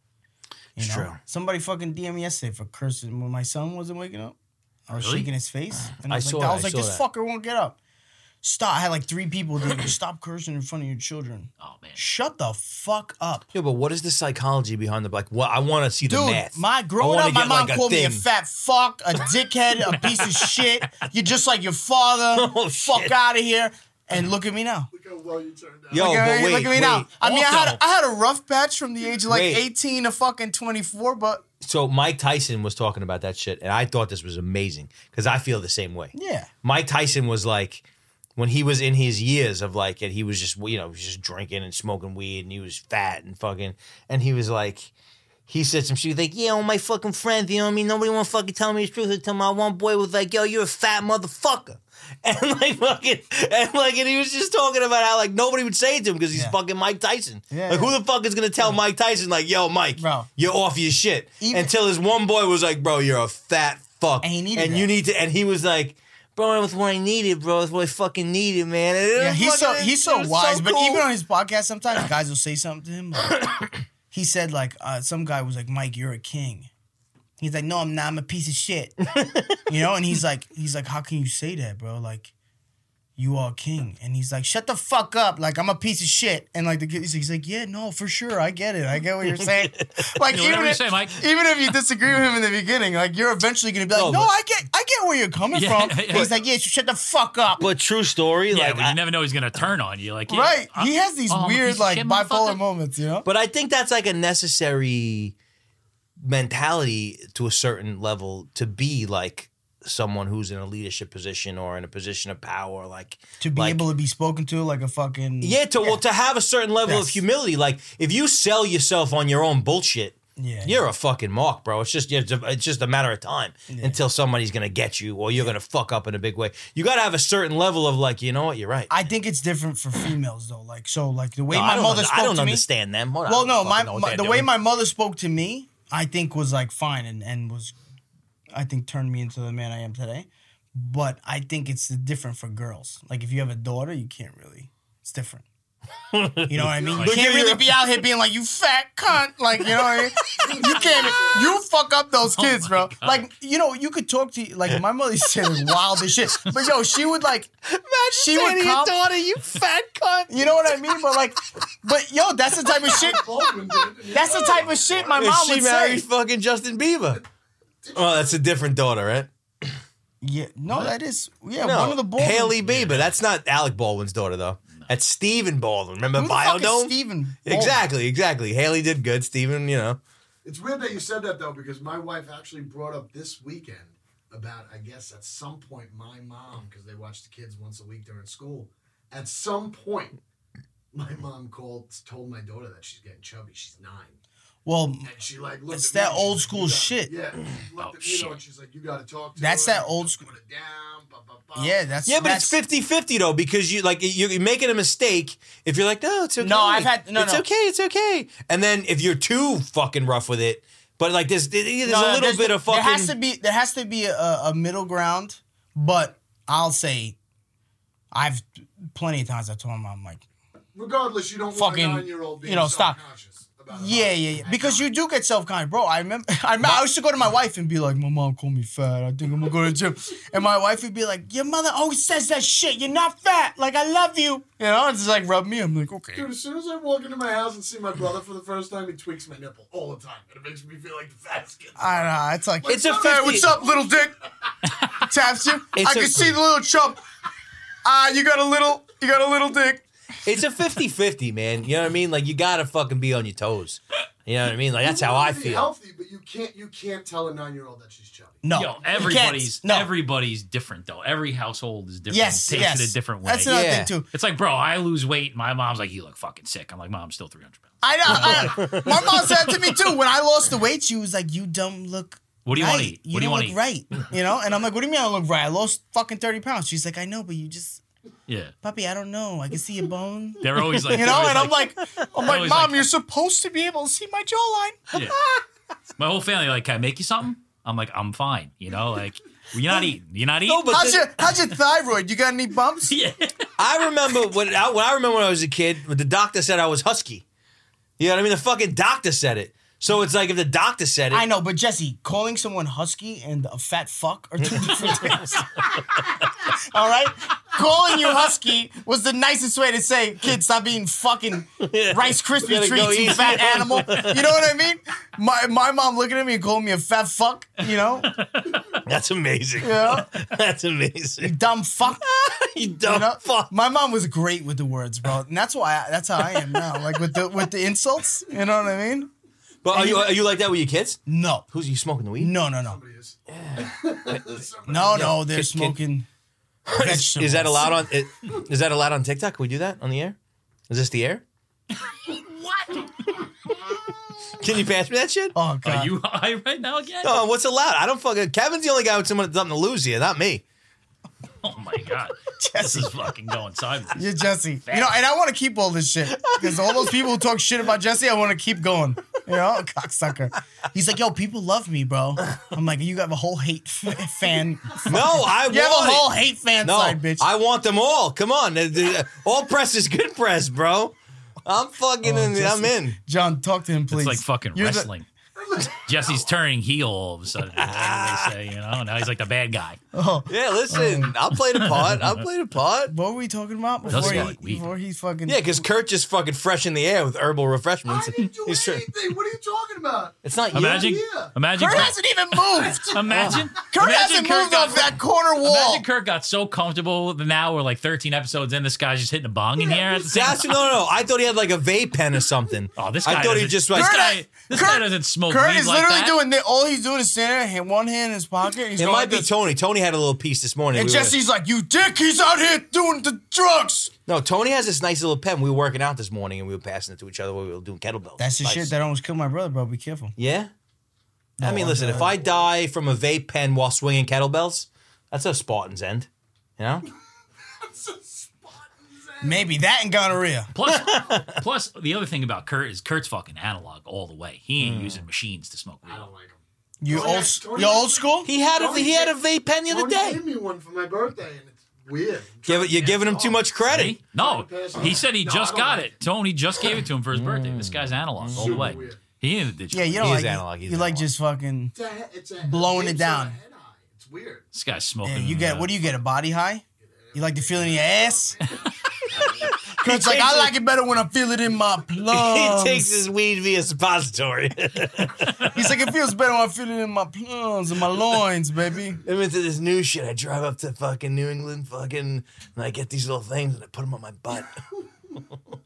S3: You
S4: It's
S3: know?
S4: true.
S3: Somebody fucking DM me yesterday for cursing when my son wasn't waking up. I was
S5: Really?
S3: shaking his
S4: *clears throat*
S3: face. And I
S4: I
S3: was
S4: saw
S3: like,
S4: that,
S3: I was
S4: I
S3: like
S4: saw
S3: this
S4: that.
S3: fucker won't get up. Stop. I had like three people do
S4: *clears throat*
S3: stop cursing in front of your children.
S5: Oh man.
S3: Shut the fuck up.
S4: Yeah, but what is the psychology behind the black? Well, I wanna see the
S3: Dude,
S4: math.
S3: my
S4: I
S3: growing
S4: wanna
S3: up, my
S4: get,
S3: mom
S4: like, a
S3: called me a
S4: thing.
S3: fat fuck,
S4: *laughs*
S3: a dickhead, a piece of shit. You're just like your father.
S4: *laughs* Oh,
S3: fuck
S4: shit.
S3: out of here. And look at me now.
S2: Look how well you turned out.
S4: Yo,
S3: Look
S4: but
S3: at, me-
S4: wait,
S3: look at me
S4: wait.
S3: now. I mean, I had
S4: Also-
S3: I had a rough patch from the age of like
S4: Wait.
S3: 18 to fucking 24, but
S4: so Mike Tyson was talking about that shit, and I thought this was amazing because I feel the same way.
S3: yeah.
S4: Mike Tyson was like when he was in his years of like, and he was just you know he was just drinking and smoking weed, and he was fat and fucking, and he was like. He said some shit like, yeah, all my fucking friends, you know what I mean? Nobody want to fucking tell me the truth until my one boy was like, yo, you're a fat motherfucker. *laughs* And like fucking, and like, and he was just talking about how like nobody would say it to him because he's
S3: Yeah.
S4: fucking Mike Tyson.
S3: Yeah,
S4: like,
S3: yeah.
S4: who the fuck is going to tell Mike Tyson, like, yo, Mike,
S3: Bro.
S4: you're off your shit?
S3: Even-
S4: until his one boy was like, bro, you're a fat fuck.
S3: And he needed that.
S4: you need to, and he was like, Bro, that was what I needed, bro. That's what I fucking needed, man. And it
S3: Yeah,
S4: was
S3: he's so
S4: fucking-
S3: he's
S4: it
S3: so
S4: was
S3: wise, but
S4: cool.
S3: even on his podcast, sometimes guys will say something to him. like- *coughs* he said like uh, some guy was like, "Mike, you're a king." He's like, "No, I'm
S5: *laughs*
S3: not. I'm a piece of shit." you know, and he's like, he's like, "How can you say that, bro? Like, you are king. And he's like, shut the fuck up. Like, I'm a piece of shit. And like, the kid, he's like, yeah, no, for sure. I get it. I get what you're
S5: *laughs*
S3: saying. like,
S5: Yeah, whatever
S3: even
S5: you
S3: if, *laughs*
S5: say, Mike.
S3: even if you disagree with him in the beginning, like, you're eventually going to be like,
S4: No,
S3: no,
S4: but-
S3: I get I get where you're coming
S5: Oh, Yeah,
S3: from.
S5: yeah.
S3: And he's like, yeah, shut the fuck up.
S6: But true story,
S5: Yeah,
S6: like
S5: but you never know he's gonna turn on you. Like, yeah,
S3: right.
S5: I'm-
S3: he has these
S5: oh, I'm a piece
S3: weird,
S5: of
S3: like,
S5: shit,
S3: bipolar
S5: motherfucker.
S3: moments, you know?
S4: But I think that's like a necessary mentality to a certain level to be like someone who's in a leadership position or in a position of power. Like
S3: to be
S4: like-
S3: able to be spoken to like a fucking.
S4: yeah, to well, to have a certain level of
S3: Yes.
S4: humility. Like if you sell yourself on your own bullshit.
S3: Yeah.
S4: You're a fucking mark, bro. It's just it's a- it's just a matter of time until somebody's gonna get you, or you're gonna fuck up in a big way. You gotta have a certain level of like, you know what? You're right.
S3: I think it's different for females though. Like so, like the way
S4: No,
S3: my
S4: I don't
S3: mother
S4: under-
S3: spoke
S4: I don't
S3: to me.
S4: understand them. Hold on,
S3: Well,
S4: I don't
S3: no, my,
S4: fucking know what
S3: my
S4: they're
S3: the way
S4: doing.
S3: my mother spoke to me, I think was like fine and and was, I think turned me into the man I am today. But I think it's different for girls. Like if you have a daughter, you can't really. It's different. You know what I mean? You
S4: Look
S3: can't
S4: at
S3: really
S4: your-
S3: be out here being like you fat cunt. Like you know what I mean? You can't. You fuck up those kids, bro. Like you know you could talk to like my mother said wild as shit. But yo, she would like. she would comp- *laughs*
S4: daughter, you fat cunt.
S3: You know what I mean? But like, but yo, that's the type of shit.
S2: Baldwin did.
S3: That's the type of shit my
S4: If
S3: mom
S4: she
S3: would
S4: married
S3: say.
S4: fucking Justin Bieber. Oh, that's a different daughter, right?
S3: Yeah, no, that is yeah.
S4: No,
S3: one of the Baldwin.
S4: Haley Bieber. That's not Alec Baldwin's daughter, though. That's Stephen Baldwin. Remember
S3: Who the fuck is
S4: Biodome?
S3: Stephen. Baldwin?
S4: Exactly, exactly. Haley did good. Stephen, you know.
S2: It's weird that you said that though, because my wife actually brought up this weekend about, I guess, at some point, my mom, because they watch the kids once a week during school. At some point, my mom called, told my daughter that she's getting chubby. She's nine,
S3: Well,
S2: and she like looked.
S3: It's
S2: at me
S3: that
S2: and she's
S3: old
S2: like,
S3: school
S2: "You gotta-"
S3: shit.
S2: Yeah, she
S5: Oh,
S2: looked at me
S5: shit.
S2: though, and she's like, "You got to talk to."
S3: That's
S2: her,
S3: that
S2: you
S3: old
S2: gotta
S3: school-
S2: put it down, ba, ba, ba."
S3: yeah, that's
S4: Yeah, but
S3: that's,
S4: it's 50 50 though, because you like you- you're making a mistake if you're like, no, it's okay.
S3: No, I've had- no,
S4: It's
S3: no.
S4: okay, it's okay. And then if you're too fucking rough with it, but like there's, there's
S3: no,
S4: a
S3: no,
S4: little
S3: there's-
S4: bit of fucking.
S3: There has to be there has to be a, a middle ground, but I'll say, I've plenty of times I told my mom like,
S2: Regardless, you don't
S3: Fucking,
S2: want a nine-year-old being
S3: you know, stop.
S2: self-conscious About it.
S3: Yeah, yeah, yeah. Because you do get self conscious, bro. I remember. *laughs* I, remember I used to go to my wife and be like, "My mom called me fat. I think I'm gonna go to the gym." And my wife would be like, "Your mother always says that shit. You're not fat. Like I love you. You know." It's just like rub me. I'm like, okay.
S2: Dude, as soon as I walk into my house and see my brother for the first time, he tweaks my nipple all the time, and it makes me feel like the fattest kid.
S3: I don't know. It's like
S4: It's a
S3: "Hey,
S4: 50
S3: what's up, little
S5: *laughs*
S3: dick? Taps you.
S4: It's
S3: I can
S4: a-
S3: see the little chump. Ah, you got a little. You got a little dick.
S4: It's a 50 50, man. You know what I mean? Like, you gotta fucking be on your toes. You know what I mean? Like, that's how I
S2: You wanna be
S4: feel.
S2: Healthy, but you can't you can't tell a nine-year-old that she's chubby.
S3: No, you
S5: Yo,
S3: can't.
S5: everybody's
S3: no.
S5: everybody's different though. Every household is different.
S3: yes,
S5: takes
S3: yes.
S5: it a different way.
S3: That's another
S4: Yeah.
S3: thing too.
S5: It's like, bro, I lose weight. My mom's like, you look fucking sick. I'm like, mom, I'm still 300 pounds.
S3: I *laughs* know. I, my mom said to me too when I lost the weight. She was like, "You dumb look."
S5: What do you
S3: right.
S5: want to eat?
S3: You
S5: what do you
S3: don't
S5: want
S3: look
S5: to eat?
S3: right.
S5: *laughs*
S3: You know? And I'm like, what do you mean I don't look right? I lost fucking 30 pounds. She's like, I know, but you just,
S5: Yeah,
S3: puppy, I don't know. I can see a
S5: *laughs*
S3: bone.
S5: they're
S3: *laughs*
S5: always like,
S3: You
S5: they're
S3: know?
S5: always
S3: And I'm like, I'm like,
S5: always
S3: mom,
S5: like-
S3: you're supposed to be able to see my jawline.
S5: Yeah. my whole family like, can I make you something? I'm like, I'm fine. You know, like you're not eating. You're not eating.
S4: No, but
S3: How's *laughs*
S4: the-
S3: your, how's your thyroid? You got any *laughs* bumps?
S5: *laughs* yeah.
S4: I remember when I, when I remember when I was a kid, when the doctor said I was husky. You know what I mean? The fucking doctor said it. So it's like if the doctor said it,
S3: I know, but Jesse, calling someone husky and a fat fuck are two *laughs* different things. All right? Calling you husky was the nicest way to say, kid, stop eating fucking Rice
S4: We're
S3: Krispie
S4: gonna go
S3: treats, you
S4: eat."
S3: fat animal. You know what I mean? My my mom looking at me and calling me a fat fuck, you know?
S4: that's amazing.
S3: Yeah.
S4: *laughs* That's amazing.
S3: Dumb fuck.
S4: you
S3: *laughs*
S4: dumb
S3: You know?
S4: fuck.
S3: My mom was great with the words, bro. And that's why I, that's how I am now. Like with the with the insults. You know what I mean?
S4: But are you are you like that with your kids?
S3: No.
S4: Who's you smoking the weed?
S3: No, no, no.
S2: Somebody is. *laughs*
S3: No, no, they're
S4: Kid- kid-
S3: smoking.
S4: is, is that allowed on? It, is that allowed on TikTok? Can we do that on the air? Is this the air? what? Can you pass me that shit?
S3: Oh god.
S5: Are you high right now again?
S4: No, what's allowed? I don't fucking. Kevin's the only guy with someone that's something to lose here, not me.
S5: Oh my god, this is fucking going sideways.
S3: You're Jesse. You know, and I want to keep all this shit because all those people who talk shit about Jesse, I want to keep going. You know, *laughs* cocksucker. He's like, yo, people love me, bro. I'm like, you have a whole hate f- fan.
S4: No, I
S3: You have a
S4: want it.
S3: whole hate fan
S4: No,
S3: side, bitch.
S4: I want them all. Come on, The- the- all press is good press, bro. I'm fucking.
S3: Oh,
S4: in, I'm
S3: Jesse.
S4: in.
S3: John, talk to him, please.
S5: It's like fucking
S3: You're the-
S5: wrestling. Jesse's turning heel all of a sudden. That's what they say, you know, now he's like the bad guy.
S3: Oh,
S4: Yeah, listen, I played a
S3: *laughs*
S4: part. I played a part.
S3: what were we talking about
S5: Doesn't
S3: before he,
S5: like weed.
S3: before he fucking?
S4: Yeah, because Kurt just fucking fresh in the air with herbal
S2: I
S4: refreshments.
S2: didn't do
S4: He's tr-
S2: anything. What are you talking about?
S4: it's not
S5: Imagine,
S2: Yeah.
S5: imagine,
S3: Kurt
S5: Kurt,
S3: hasn't even moved.
S5: imagine,
S3: Kurt
S5: imagine
S3: hasn't moved
S5: got-
S3: off that corner wall.
S5: Imagine Kirk got so comfortable that now we're like 13 episodes in. This guy's just hitting a bong in here. At the
S4: you.
S5: same
S4: That's, no, no, no. I thought he had like a vape pen or something.
S5: Oh, this
S4: I
S5: guy
S4: thought he
S5: doesn't-
S4: just like
S5: this
S3: Kurt-
S5: guy, this guy
S3: Kurt-
S5: doesn't smoke
S3: Kurt
S5: weed
S3: is
S5: like
S3: literally
S5: that.
S3: doing that. All he's doing is standing there, hand- one hand in his pocket. He's
S4: It
S3: going
S4: might be
S3: like this.
S4: Tony. Tony had a little piece this morning.
S3: And
S4: We were-
S3: Jesse's like, "You dick! He's out here doing the drugs."
S4: no, Tony has this nice little pen. We were working out this morning and we were passing it to each other while we were doing kettlebells.
S3: That's the
S4: Nice.
S3: shit that almost killed my brother, bro. Be careful.
S4: Yeah. I mean, listen, if I die from a vape pen while swinging kettlebells, that's a Spartan's end. You know?
S2: It's a Spartan's ass.
S3: Maybe that and gonorrhea. *laughs*
S5: Plus, plus, the other thing about Kurt is Kurt's fucking analog all the way. He
S3: Hmm.
S5: ain't using machines to smoke weed.
S2: I don't like him.
S3: You
S2: Tony-
S3: old,
S2: Tony-
S3: you old school.
S4: He had a, he had a vape pen the other
S2: Tony
S4: day.
S2: gave me one for my birthday, and it's weird. I'm
S4: Give it,
S2: trying
S4: you're
S2: to
S4: giving him
S2: dance
S4: too
S2: off.
S4: much credit.
S5: See? No,
S2: Fantastic.
S5: he said he
S2: No,
S5: just
S2: I don't
S5: got
S2: like
S5: it. Tony just gave it to him for his birthday. This guy's analog all the
S2: Super
S5: way.
S2: weird.
S5: He ain't a digital.
S3: Hmm. Yeah, you don't
S4: He
S3: like
S4: is
S3: it.
S4: analog, he's
S3: You like
S4: analog.
S3: just fucking.
S2: It's a, he- it's a
S3: Blowing it
S2: it's a
S3: down.
S2: head high. It's weird.
S5: This guy's smoking.
S3: Yeah, you get
S5: uh,
S3: what do you get? A body high? You like the feeling in your *laughs* ass? Kurt's like,
S4: takes
S3: I
S4: it-
S3: like it better when I feel it in *laughs* my plums.
S4: He takes his weed via suppository. *laughs*
S3: He's like, it feels better when I feel it in my plums and my loins,
S4: *laughs*
S3: baby.
S4: I'm into this new shit. I drive up to fucking New England, fucking, and I get these little things and I put them on my butt.
S3: *laughs*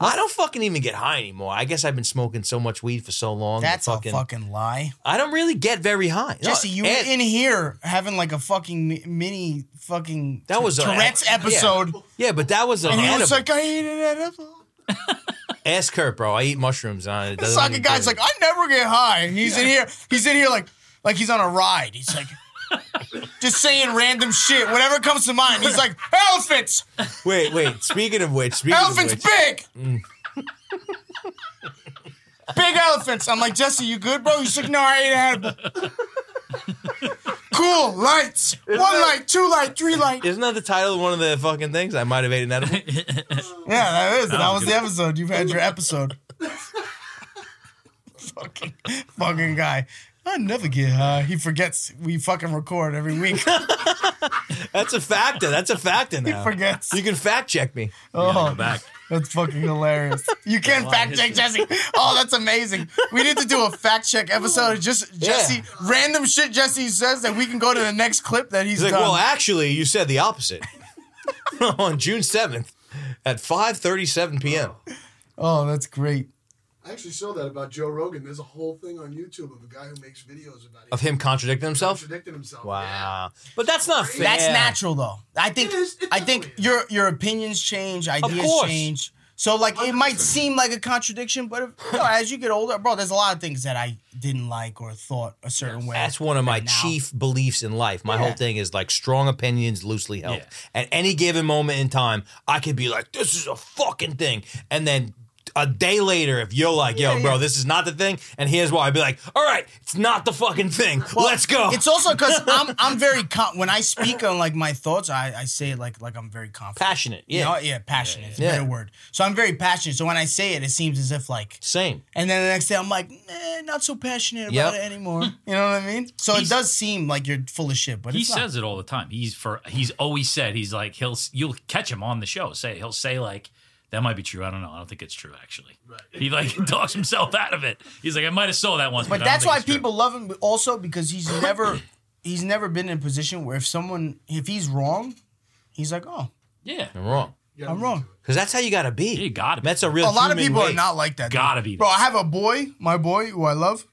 S4: I don't fucking even get high anymore. I guess I've been smoking so much weed for so long. that
S3: That's a fucking lie.
S4: I don't really get very high. No,
S3: Jesse, you were
S4: Uh, and-
S3: in here having like a fucking mi- mini fucking
S4: That was a-
S3: Tourette's episode.
S4: Yeah, but that was an
S3: And he
S4: edible.
S3: was like, I hated that episode.
S4: Ask Kurt, bro. I eat mushrooms. On it.
S3: This
S4: doesn't
S3: fucking
S4: even
S3: guy's
S4: do
S3: like,
S4: it.
S3: I never get high. And he's in here, he's in here like like he's on a ride. He's like just saying random shit, whatever comes to mind. He's like, elephants!
S4: wait, wait.
S3: *laughs*
S4: Speaking of which, speaking
S3: Elephants
S4: of which,
S3: big! *laughs* big elephants. I'm like, Jesse, you good, bro? He's like, no, I ain't had it." Cool, lights. One light, two light, three light.
S4: isn't that the title of one of the fucking things? I might have eaten
S3: *laughs*
S4: edible.
S3: Yeah, that is. That was the episode. You've had your episode. *laughs* fucking, fucking guy. I never get high. He forgets we fucking record every week. He
S4: That's a factor. That's a factor now.
S3: *laughs*
S5: *laughs*
S3: forgets.
S4: You can fact check me.
S3: Oh,
S5: go back.
S3: that's fucking hilarious. You can fact check Jesse. Oh, that's amazing. We need to do a fact check episode. Just Jesse, random shit Jesse says that we can go to the next clip that he's,
S4: He's like,
S3: done.
S4: well, actually, you said the opposite *laughs* on June seventh at five thirty-seven p.m.
S3: oh, that's great.
S2: I actually saw that about Joe Rogan. There's a whole thing on YouTube of a guy who makes videos about
S4: of him contradicting himself.
S2: contradicting himself. Yeah.
S4: Wow, but that's not fair.
S3: That's natural though. I think
S2: It is- it
S3: I think
S2: definitely is.
S3: your your opinions change, ideas
S4: course.
S3: change. So like it might seem like a contradiction, but if, you know, as you get older, bro, there's a lot of things that I didn't like or thought a certain way.
S4: That's one of my
S3: now.
S4: chief beliefs in life. My
S3: Yeah.
S4: whole thing is like strong opinions loosely held.
S5: Yeah.
S4: At any given moment in time, I could be like, "This is a fucking thing," and then a day later, if you're like, "Yo,
S3: Yeah,
S4: bro,
S3: yeah.
S4: this is not the thing," and here's why, I'd be like, "All right, it's not the fucking thing. Let's go."
S3: It's also
S4: *laughs*
S3: because I'm I'm very con- when I speak on like my thoughts, I, I say it like like I'm very confident.
S4: Passionate, yeah,
S3: You know? yeah, passionate. It's a
S4: Yeah.
S3: better word. So I'm very passionate. So when I say it, it seems as if like
S4: same.
S3: And then the next day, I'm like, nah, not so passionate
S4: Yep.
S3: about it anymore. You know what I mean? So it
S5: He's-
S3: does seem like you're full of shit, but
S5: He
S3: it's not.
S5: says it all the time. He's for he's always said he's like he'll you'll catch him on the show. Say he'll say like that might be true. I don't know. I don't think it's true actually. He like *laughs* talks himself out of it. He's like I might have saw that once, but,
S3: But
S5: I don't
S3: that's
S5: think
S3: why
S5: it's true."
S3: people love him also because he's never *clears throat* he's never been in a position where if someone if he's wrong, he's like, oh,
S5: Yeah,
S4: I'm wrong
S2: Yeah,
S3: I'm wrong.
S4: because that's how you gotta be.
S5: you gotta be.
S4: That's a real.
S3: A lot of
S4: human
S3: people
S4: way.
S3: are not like that. dude.
S5: Gotta be
S3: Bro,
S5: that.
S3: I have a boy, my boy, who I love.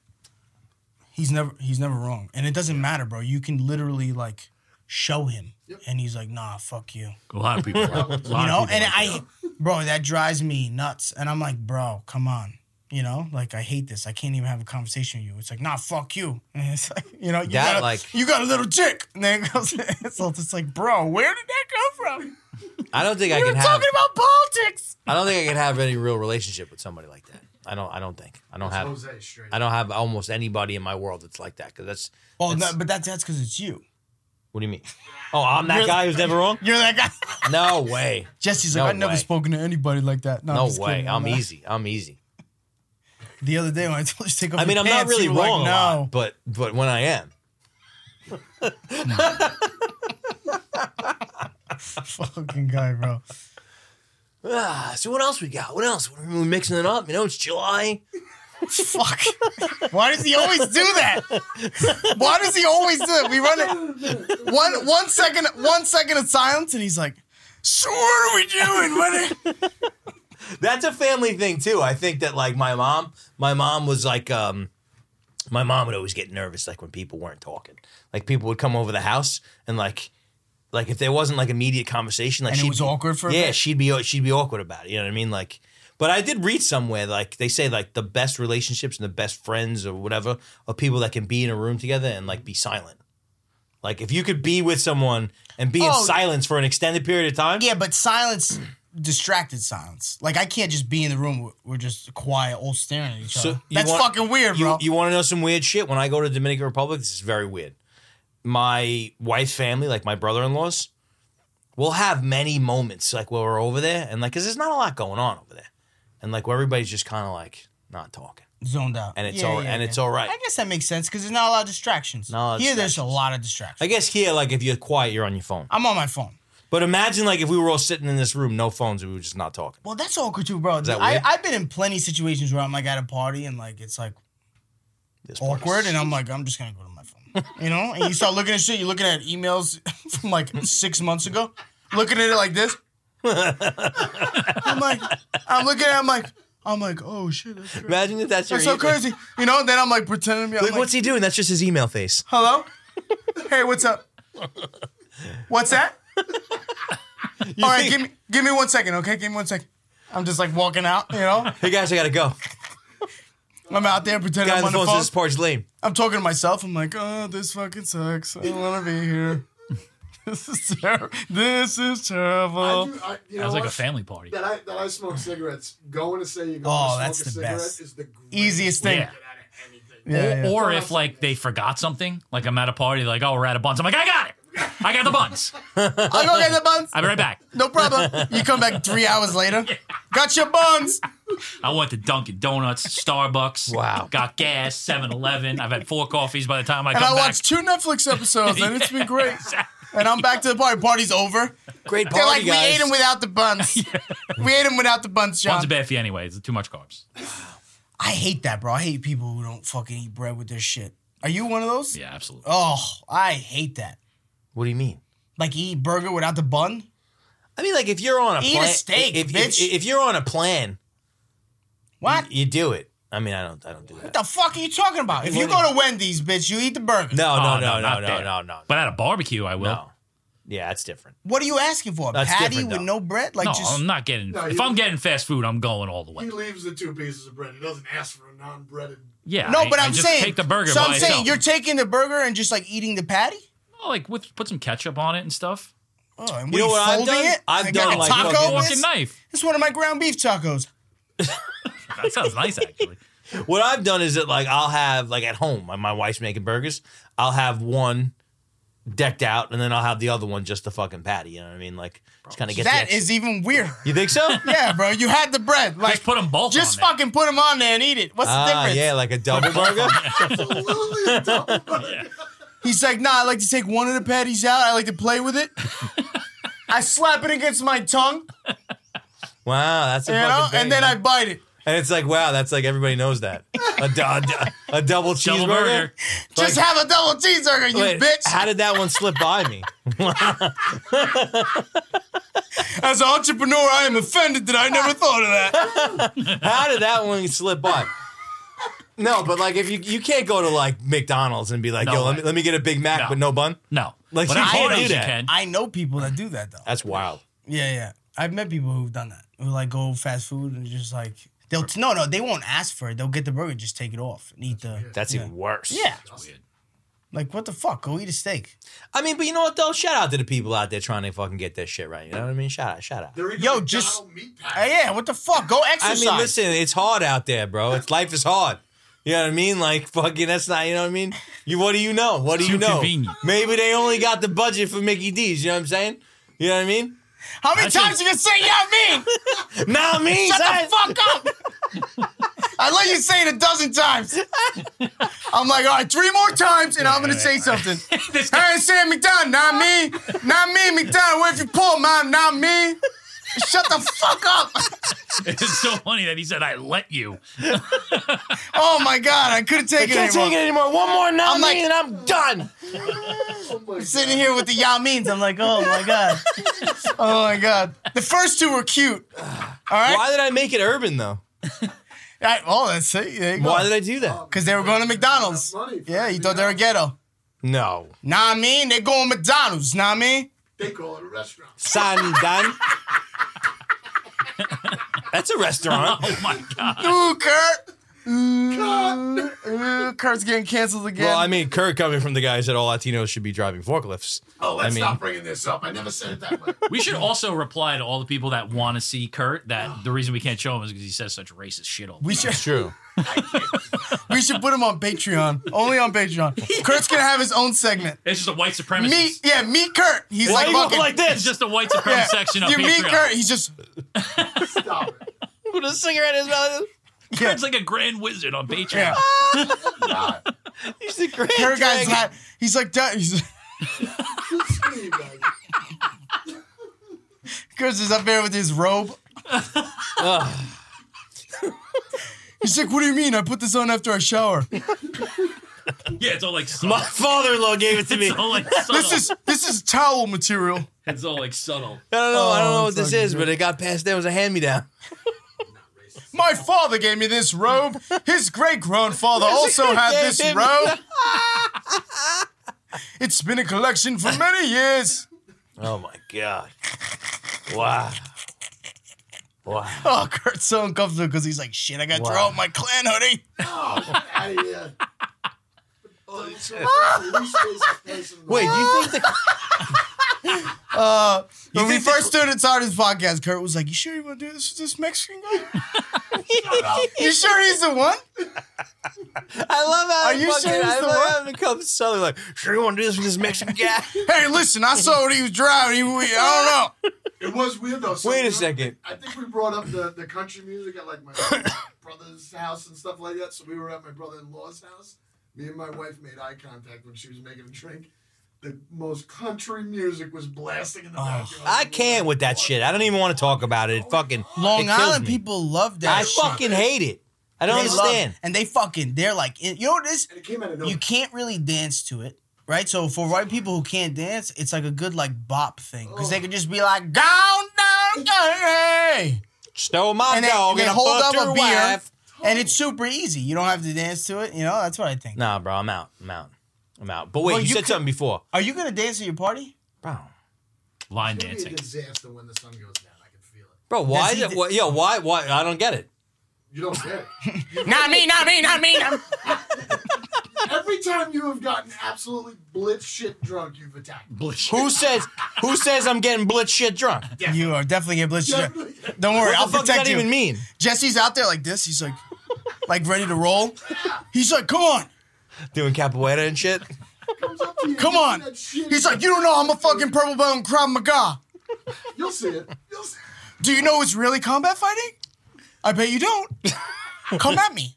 S3: He's never he's never wrong. And it doesn't matter, bro. You can literally like show him. And he's like, nah, fuck you.
S5: a lot of people. Are,
S3: *laughs* you know and i bro that drives me nuts and i'm like bro come on you know like i hate this i can't even have a conversation with you it's like nah fuck you *laughs* and it's like you know you,
S4: That,
S3: got, a,
S4: like-
S3: you got a little chick *laughs* and then it goes it's all just like bro where did that come from
S4: I don't think I
S3: we were
S4: can have.
S3: talking about politics
S4: I don't think I can have any real relationship with somebody like that. I don't. I don't think. I don't have.
S2: Jose straight.
S4: I don't have almost anybody in my world that's like that because that's.
S3: well
S4: that's-
S3: no, but that's that's because it's you
S4: What do you mean? Oh, I'm that guy who's
S3: *laughs*
S4: never wrong.
S3: you're that guy
S4: No way.
S3: jesse's
S4: No
S3: like i've never
S4: way.
S3: spoken to anybody like that no, I'm
S4: No
S3: just
S4: way.
S3: kidding.
S4: I'm
S3: not-
S4: easy. I'm easy.
S3: the other day when I told you to take off
S4: I mean,
S3: your
S4: I'm not
S3: pants,
S4: really
S3: you were like,
S4: wrong, a lot,
S3: no.
S4: but but when I am,
S3: *laughs* Fucking guy, bro.
S4: ah, so what else we got? What else? We're mixing it up. You know, it's July.
S3: Fuck. Why does he always do that? Why does he always do it? We run it one one second one second of silence and he's like, So what are we doing? What are-"
S4: That's a family thing too. I think that like my mom, my mom was like, um, my mom would always get nervous like when people weren't talking. Like people would come over the house and like, like if there wasn't like immediate conversation, like
S3: And it
S4: she'd
S3: was
S4: be-
S3: awkward for a
S4: yeah,
S3: bit?
S4: she'd be she'd be awkward about it. You know what I mean? Like, but I did read somewhere like they say like the best relationships and the best friends or whatever are people that can be in a room together and like be silent. Like if you could be with someone and be in
S3: Oh.
S4: silence for an extended period of time,
S3: Yeah, but silence distracted silence. Like I can't just be in the room we're- we're just quiet, all staring at each
S4: So
S3: other.
S4: you
S3: That's
S4: want-
S3: fucking weird,
S4: You,
S3: bro.
S4: you want to know some weird shit? When I go to Dominican Republic, this is very weird. My wife's family, like my brother-in-laws, we'll have many moments like where we're over there and like, cause there's not a lot going on over there, and like where everybody's just kind of like not talking,
S3: Zoned out.
S4: and it's
S3: Yeah,
S4: all
S3: yeah,
S4: and
S3: yeah.
S4: it's all right.
S3: I guess that makes sense because there's not a lot of distractions.
S4: Not a lot of
S3: Here, there's a
S4: distractions.
S3: lot of distractions.
S4: I guess here, like if you're quiet, you're on your phone.
S3: I'm on my phone.
S4: But imagine like if we were all sitting in this room, no phones, and we were just not talking.
S3: Well, that's awkward too, bro.
S4: that
S3: I,
S4: weird?
S3: I've been in plenty of situations where I'm like at a party and like it's like
S4: This part is-
S3: awkward, and I'm like, I'm just gonna go to my phone, you know. And you start looking at shit. You're looking at emails *laughs* from like six months ago, looking at it like this. I'm like, I'm looking at, it, I'm like, I'm like, oh shit, that's, cra-
S4: Imagine if that's your.
S3: that's so
S4: email.
S3: crazy, you know. And then I'm like pretending to be, I'm
S4: Like,
S3: like,
S4: what's he doing? That's just his email face.
S3: hello, hey, what's up? What's
S4: *laughs*
S3: that? All right, give me give me one second, okay? Give me one second. I'm just like walking out, you know.
S4: Hey guys, I gotta go.
S3: I'm out there pretending
S4: Guy on
S3: I'm
S4: the
S3: on the
S4: phone says
S3: phone.
S4: this part's lame.
S3: I'm talking to myself. I'm like, oh, this fucking sucks. I don't want to be here. *laughs* this is terrible. This is
S2: I
S3: terrible.
S2: do, I, you know
S5: That was like
S2: what?
S5: a family party.
S2: That I that I smoke cigarettes. Going to say you're going
S3: Oh,
S2: to smoke
S3: that's
S2: a
S3: the
S2: cigarette
S3: best.
S2: is the greatest
S3: Easiest
S2: way to get
S5: thing.
S2: out of anything.
S3: Yeah, yeah.
S5: Or if like they forgot something, like I'm at a party, like oh we're out of buns. I'm like I got it, I got the buns.
S3: I'll go get the
S5: *laughs*
S3: buns.
S5: I'll be right back.
S3: No problem. You come back three hours
S5: *laughs*
S3: later. Got your buns.
S5: I went to Dunkin' Donuts, Starbucks.
S4: Wow.
S5: Got gas, 7-Eleven. I've had four coffees by the time I
S3: And
S5: come
S3: I
S5: back.
S3: watched two Netflix episodes, and it's been
S5: *laughs*
S3: great. And I'm back to the party. Party's over.
S4: Great party,
S3: They're like,
S4: guys.
S3: we ate them without the
S5: *laughs*
S3: buns. We ate them without the buns,
S5: Buns
S3: John.
S5: are bad for you anyway. It's too much carbs.
S3: I hate that, bro. I hate people who don't fucking eat bread with their shit. Are you one of those?
S5: Yeah, absolutely.
S3: Oh, I hate that.
S4: What do you mean?
S3: Like you eat burger without the bun.
S4: I mean, like if you're on a
S3: Eat a
S4: plan,
S3: steak,
S4: if, if-
S3: bitch.
S4: If, you're on a plan,
S3: What?
S4: you do it. I mean, I don't, I don't do that.
S3: the fuck are you talking about? If you go to Wendy's, bitch, you eat the burger.
S4: No, no, no,
S5: Oh,
S4: no,
S5: not
S4: no,
S5: there.
S4: no, no,
S5: But at a barbecue, I will.
S4: no. Yeah, that's different.
S3: What are you asking for? A
S4: That's
S3: patty
S4: different,
S3: with
S4: though.
S3: no bread? Like
S5: No,
S3: just
S5: I'm not getting.
S2: No,
S5: if
S2: you-
S5: I'm getting fast food, I'm going all the way.
S2: He leaves the two pieces of bread. He doesn't ask for a non-breaded.
S5: Yeah.
S3: No,
S5: I-
S3: but
S5: I
S3: I'm
S5: just
S3: saying
S5: take the burger.
S3: So
S5: by
S3: I'm saying
S5: itself.
S3: you're taking the burger and just like eating the patty?
S5: Oh, like with put some ketchup on it and stuff.
S3: Oh, and
S4: You know
S3: what
S4: what I've
S3: folding
S4: done?
S3: It?
S4: I've
S3: got
S4: done,
S3: a
S4: like,
S3: taco.
S4: fucking-
S5: Fork
S3: This,
S5: and knife.
S3: this is one of my ground beef tacos.
S5: That sounds nice actually.
S4: What I've done is that like I'll have like at home, my- my wife's making burgers. I'll have one decked out, and then I'll have the other one just the fucking patty. You know what I mean? Like just kind of get
S3: That
S4: the
S3: is even weird.
S4: You
S3: *laughs*
S4: think so?
S3: Yeah, bro, you had the bread. Like
S5: Just put them both.
S3: just
S5: on there.
S3: fucking put them on there and eat it. What's the
S4: Ah,
S3: difference?
S4: yeah, like a
S3: *laughs*
S4: double burger.
S2: Absolutely a double breaded.
S3: He's like, nah, I like to take one of the patties out. I like to play
S5: *laughs*
S3: with it. I slap it against my tongue,
S4: Wow, that's a
S3: you
S4: fucking
S3: know,
S4: thing,
S3: and then
S4: huh?
S3: I bite it.
S4: and it's like wow, that's like everybody knows that a, du- a du- a double
S5: Double
S4: cheeseburger.
S5: burger.
S3: Just have a double cheeseburger, you
S4: Wait,
S3: bitch.
S4: How did that one slip by me?
S3: As an entrepreneur, I am offended *laughs* that I never thought of that.
S4: How did that one slip by? No, but like if you you can't go to like McDonald's and be like,
S5: No
S4: yo, let
S5: way.
S4: me, let me get a Big Mac
S5: No.
S4: with no bun.
S5: No.
S4: Like,
S5: but
S4: you
S5: at
S4: can't
S5: parties
S4: do
S5: you
S4: that.
S5: can.
S3: I know people that do that though.
S4: That's wild.
S3: Yeah, yeah. I've met people who've done that. Who like go fast food and just like they'll no no they won't ask for it. They'll get the burger, just take it off and eat the
S4: That's even worse.
S3: yeah.
S5: That's weird.
S3: Like what the fuck? Go eat a steak.
S4: I mean, but you know what though? Shout out to the people out there trying to fucking get their shit right. You know what I mean? Shout out, shout out.
S2: They're eating
S3: Yo,
S2: McDonald's
S3: just-
S2: meat
S3: Uh,
S2: patties.
S3: yeah, what the fuck? Go
S4: I
S3: exercise.
S4: mean, listen, it's hard out there, bro. It's life is hard. You know what I mean? Like fucking, that's not. You know what I mean? You what do you know? What do
S5: Too
S4: you know?
S5: convenient.
S4: Maybe they only got the budget for Mickey D's. You know what I'm saying? You know what I mean?
S3: How many
S5: That's
S3: times you gonna say yeah me?
S4: *laughs* Now me,
S3: Shut
S4: son.
S3: the fuck up! I let you say it a dozen times. I'm like, all right, three more times, and I'm gonna say
S4: *laughs*
S3: something.
S5: This guy-
S3: Hey, Sam McDonald, not me, not me, McDonald. Where if you pull, mom, not me. Shut the fuck up!
S5: it's so *laughs* funny that he said, I let you.
S3: Oh my god, I couldn't
S4: I
S3: take it
S4: can't
S3: anymore.
S4: take it anymore. One more now
S3: I'm
S4: me,
S3: like-
S4: and I'm done.
S2: Oh my
S3: Sitting here with the Yao means, I'm like, oh my god,
S4: *laughs*
S3: oh my god. The first two were cute. All right,
S4: Why did I make it urban though?
S3: I, oh, that's it. There you go.
S4: Why did I do that?
S3: Because they were going to McDonald's.
S2: Money for
S3: Yeah, you
S2: everything
S3: thought they were
S2: else.
S3: ghetto.
S4: No.
S3: Nah, I mean, they going McDonald's. Nah, I mean.
S2: They call it a restaurant.
S4: San Dan. That's a restaurant.
S5: Oh my God.
S3: Ooh, Kurt.
S2: God.
S3: Ooh, Kurt's getting canceled again.
S4: Well, I mean, Kurt coming from the guy who said all Latinos should be driving forklifts.
S2: Oh, let's
S4: I mean-
S2: stop bringing this up. I never said it that way.
S5: We should also reply to all the people that want to see Kurt *gasps* that the reason we can't show him is because he says such racist shit all the
S3: we should
S4: *laughs* True.
S3: we should put him on Patreon. Only on
S4: *laughs*
S3: Patreon. Kurt's gonna have his own segment.
S5: It's just a white supremacist.
S3: Meet, yeah, meet Kurt. He's
S4: Why
S3: like,
S4: you look
S3: fucking-
S4: like
S5: It's
S4: this?
S5: just a white supremacist
S3: yeah.
S5: section of
S3: You meet
S5: Patreon.
S3: Kurt. He's just
S2: Stop it.
S4: With a cigarette in his mouth.
S3: yeah.
S5: Kurt's like a grand wizard on Patreon.
S4: *laughs*
S3: yeah.
S2: God.
S4: He's a great
S3: Kurt guy's
S4: dragon.
S3: hat. He's like that. He's
S2: Screw you guys.
S3: Kurt's is up there with his robe.
S4: Ugh.
S3: He's like, what do you mean? I put this on after I shower.
S5: Yeah, it's all like subtle.
S4: My father-in-law gave it to *laughs* me.
S5: It's all like subtle.
S3: This is this is towel material.
S5: it's all like subtle.
S4: I don't know. I don't know what this
S3: fucking
S4: is, but it got passed down. It was a hand-me-down.
S3: My father gave me this robe. His great grandfather also had
S4: Gave
S3: this
S4: him-
S3: robe. It's been a collection for many years.
S4: Oh my god! Wow! Wow!
S3: Oh, Kurt's so uncomfortable because he's like, shit, I gotta throw
S4: Wow.
S3: out my clan hoodie.
S2: Oh, get outta here. Oh,
S4: *laughs*
S2: it's the least racist person in the
S4: Wait, do
S2: world.
S4: you think the
S3: Uh, when we
S4: think the-
S3: first started started this podcast, Kurt was like, you sure you wanna do this with this Mexican
S4: *laughs*
S3: guy? you sure he's the one?
S4: *laughs* I love how
S3: Are you
S4: fucking,
S3: sure it's
S4: I
S3: the
S4: love
S3: one?
S4: how it becomes so like sure you want to do this with this Mexican guy?
S3: Hey, listen, I saw what he was driving. He, we- I don't know.
S2: It was weird though. So
S4: Wait
S2: we
S4: a
S2: were-
S4: second.
S2: I think we brought up the, the country music at like my *coughs* brother's house and stuff like that. So we were at my brother in law's house. Me and my wife made eye contact when she was making a drink. The most country music was blasting in the background.
S4: Oh, I can't with that shit. I don't even want to talk about it. It fucking it
S3: *laughs* Long
S4: kills
S3: Island
S4: me.
S3: people love that.
S4: I
S3: shit.
S4: fucking hate it. I don't
S3: They love-
S4: understand.
S3: and they fucking, they're like, you know what it is?
S2: And it came out of nowhere.
S3: you can't really dance to it, right? So for white people who can't dance, it's like a good like bop thing because they
S2: Oh.
S3: can just be like, "Go down, dirty,"
S4: Stole my
S3: And they-
S4: dog
S3: they
S4: and I
S3: hold
S4: fucked
S3: up a
S4: her
S3: beer.
S4: wife.
S3: and it's super easy. You don't have to dance to it. You know, that's what I think.
S4: Nah, bro, I'm out. I'm out. I'm out. But wait,
S3: Well,
S4: you,
S3: you
S4: said
S3: could-
S4: something before,
S3: Are you gonna dance at your party?
S4: bro.
S5: Line
S2: It's gonna
S3: *laughs*
S2: be a
S5: dancing. *laughs*
S2: disaster when the sun goes down. I can feel it.
S4: Bro, why?
S3: he
S4: Did,
S3: d-
S4: why yo, why? Why? I don't get it.
S2: You don't get it.
S3: not me, not me, not me. Not me.
S2: Every time you have gotten absolutely blitz shit drunk, you've attacked. me.
S5: Blish.
S4: Who says? Who says I'm getting blitz shit drunk?
S3: You are definitely getting blitzed.
S2: Definitely.
S3: Don't worry,
S4: What
S3: I'll
S4: the fuck does
S3: protect
S4: that
S3: you.
S4: even mean?
S3: Jesse's out there like this. He's like, like ready to roll. He's like, come on,
S4: Doing capoeira
S1: *laughs*
S4: and shit.
S2: Comes up to you,
S3: come
S2: you see
S3: on.
S2: that shit.
S3: He's like, you don't know I'm a fucking purple belt and crab maga.
S2: You'll see it. You'll see it.
S3: Do you know it's really combat fighting? I bet you
S5: *laughs*
S3: don't. Come at me.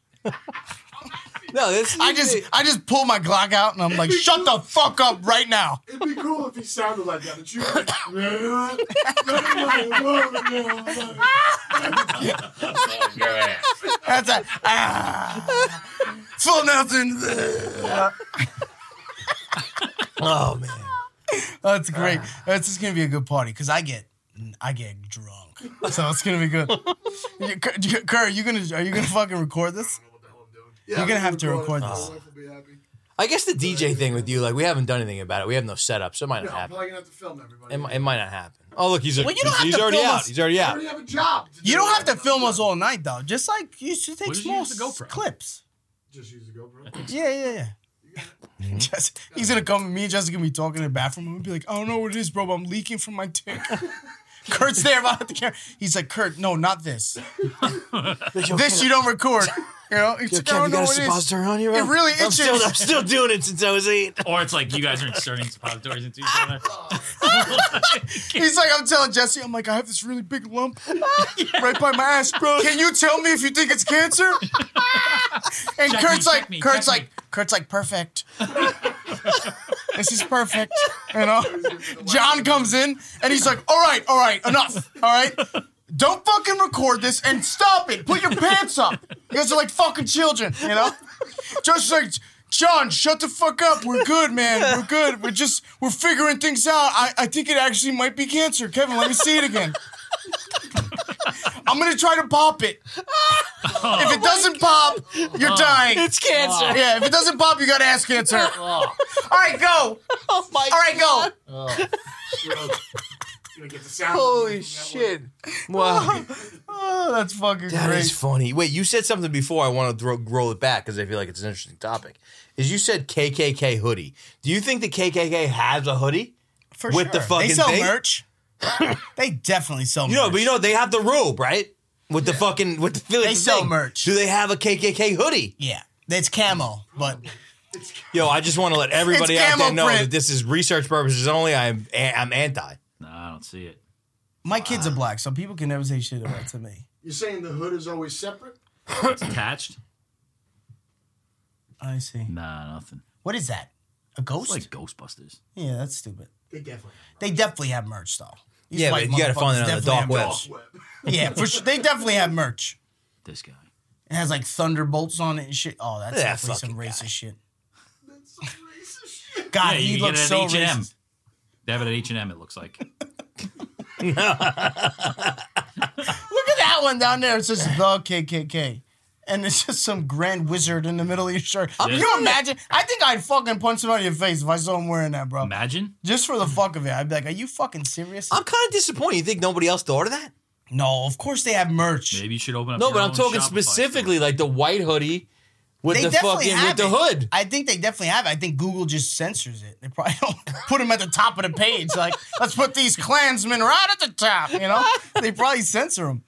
S4: No, this.
S3: I just I just pull my Glock out and
S4: *laughs*
S3: I'm like, shut the fuck up right now.
S2: It'd be cool if he sounded like that. That you were
S3: That's a ah,
S4: *laughs*
S3: full nothing.
S4: Oh man.
S3: That's great. That's just gonna be a good party because I get I get drunk, so it's gonna be good. *laughs* You- Kurt, you- Kurt, are you gonna are you gonna fucking record this?
S2: yeah,
S3: You're gonna have to
S2: we'll
S3: record
S2: it.
S3: this.
S2: My wife will be happy.
S4: I guess the DJ thing with you, like, we haven't done anything about it. We have no setup, so it might
S2: No,
S4: not
S2: I'm
S4: happen.
S2: probably gonna have to film everybody.
S4: It, mi- it might not happen. Oh look, he's a,
S3: Well, you don't
S4: he's,
S3: have
S4: he's
S3: to
S4: already
S3: film
S4: out.
S3: us.
S4: He's already
S2: I
S4: out.
S2: already have a job. to
S3: You
S2: do
S3: don't have
S2: right
S3: to
S2: now.
S3: film us all night though. Just like you should take
S5: What did you
S3: small
S5: use the GoPro?
S3: clips.
S2: *laughs* Just use the GoPro.
S3: Yeah, yeah, yeah. *laughs*
S4: Mm-hmm.
S3: Jess, he's gonna come. Me and Jess are gonna be talking in the bathroom. I'm gonna be like, I don't know what it is, bro, but I'm leaking from my dick. *laughs* Kurt's there about the camera. He's like, Kurt, no, not this. this you don't record. You know, it's like, I don't know what it is.
S4: on you?
S3: It really
S4: I'm
S3: itches.
S4: still, I'm still doing it since I was eight.
S5: Or it's like you guys are inserting suppositories into each
S3: *laughs*
S5: other.
S3: He's like, I'm telling Jesse, I'm like, I have this really big
S5: *laughs*
S3: lump right by my ass, bro. Can you tell me if you think it's
S5: *laughs*
S3: cancer? and
S5: Check
S3: Kurt's
S5: me,
S3: like,
S5: check me,
S3: Kurt's
S5: check
S3: like, Kurt's like,
S5: *laughs*
S3: perfect. this is perfect, you know. John comes in and he's like, all right, all right, enough, all right. Don't fucking record this and stop it. Put your pants up. You guys are like fucking children, you know. Josh is like, John, shut the fuck up. We're good, man.
S4: *laughs*
S3: We're good. We're just we're figuring things out. I, I think it actually might be cancer. Kevin, let me see it again. I'm gonna try to pop it. if it doesn't pop, you're dying.
S4: Oh It's cancer.
S3: yeah, if it doesn't pop, you got ass
S4: *laughs*
S3: cancer. All right, go.
S4: Oh my
S3: All right, go.
S2: Gonna get the sound.
S4: Holy shit. Wow.
S3: Oh, that's fucking
S4: That
S3: great.
S4: is funny. Wait, you said something before. I want to throw, roll it back because I feel like it's an interesting topic. Is you said KKK hoodie? Do you think the KKK has a hoodie?
S3: For
S4: with the fucking
S3: they sell
S4: thing? *coughs*
S3: merch. they definitely sell
S4: You
S3: merch.
S4: know, but you know they have the robe, right? With the fucking with the Philly.
S3: They sell merch.
S4: Do they have a KKK hoodie?
S3: yeah, it's camo, but
S4: Yo, I just want to let everybody
S3: It's
S4: out there
S3: camo
S4: know
S3: print.
S4: that this is research purposes only. I'm I'm anti.
S5: No, I don't see it.
S3: my kids are black, so people can never say shit about to me.
S2: You're saying the hood is always separate?
S5: It's attached?
S3: I see.
S5: Nah, nothing.
S3: What is that? A ghost?
S5: It's like Ghostbusters.
S3: yeah, that's stupid.
S2: They definitely.
S3: They definitely have merch though. These
S4: Yeah,
S3: white
S4: but you gotta find
S3: motherfuckers
S4: it on the
S3: definitely
S4: dark
S3: have
S4: web.
S3: merch.
S2: Web.
S3: Yeah, for sure. They definitely have merch.
S5: This guy.
S3: It has like thunderbolts on it and shit. Oh, that's
S4: That
S3: definitely some
S4: fucking
S3: racist shit.
S2: *laughs* That's some racist shit.
S3: God,
S5: yeah,
S3: he
S5: you can
S3: looks
S5: get it
S3: so
S5: at H&M.
S3: racist.
S5: They have it at H&M, it looks like.
S3: Look at that one down there. It says the KKK. And it's just some grand wizard in the middle of your shirt. Can you imagine? I think I'd fucking punch somebody in the face if I saw him wearing that, bro.
S5: Imagine.
S3: Just for the fuck of it. I'd be like, are you fucking serious?
S4: I'm kind of disappointed. You think nobody else thought of that?
S3: no, of course they have merch.
S5: Maybe you should open up
S4: No,
S5: your
S4: but I'm
S5: own
S4: talking
S5: Shopify store.
S4: specifically like the white hoodie with
S3: They
S4: the
S3: definitely
S4: fucking
S3: have
S4: with the
S3: it.
S4: hood.
S3: I think they definitely have it. I think Google just censors it. They probably *laughs* don't put them at the top of the page. Like, let's put these Klansmen right at the top, you know? They probably censor them.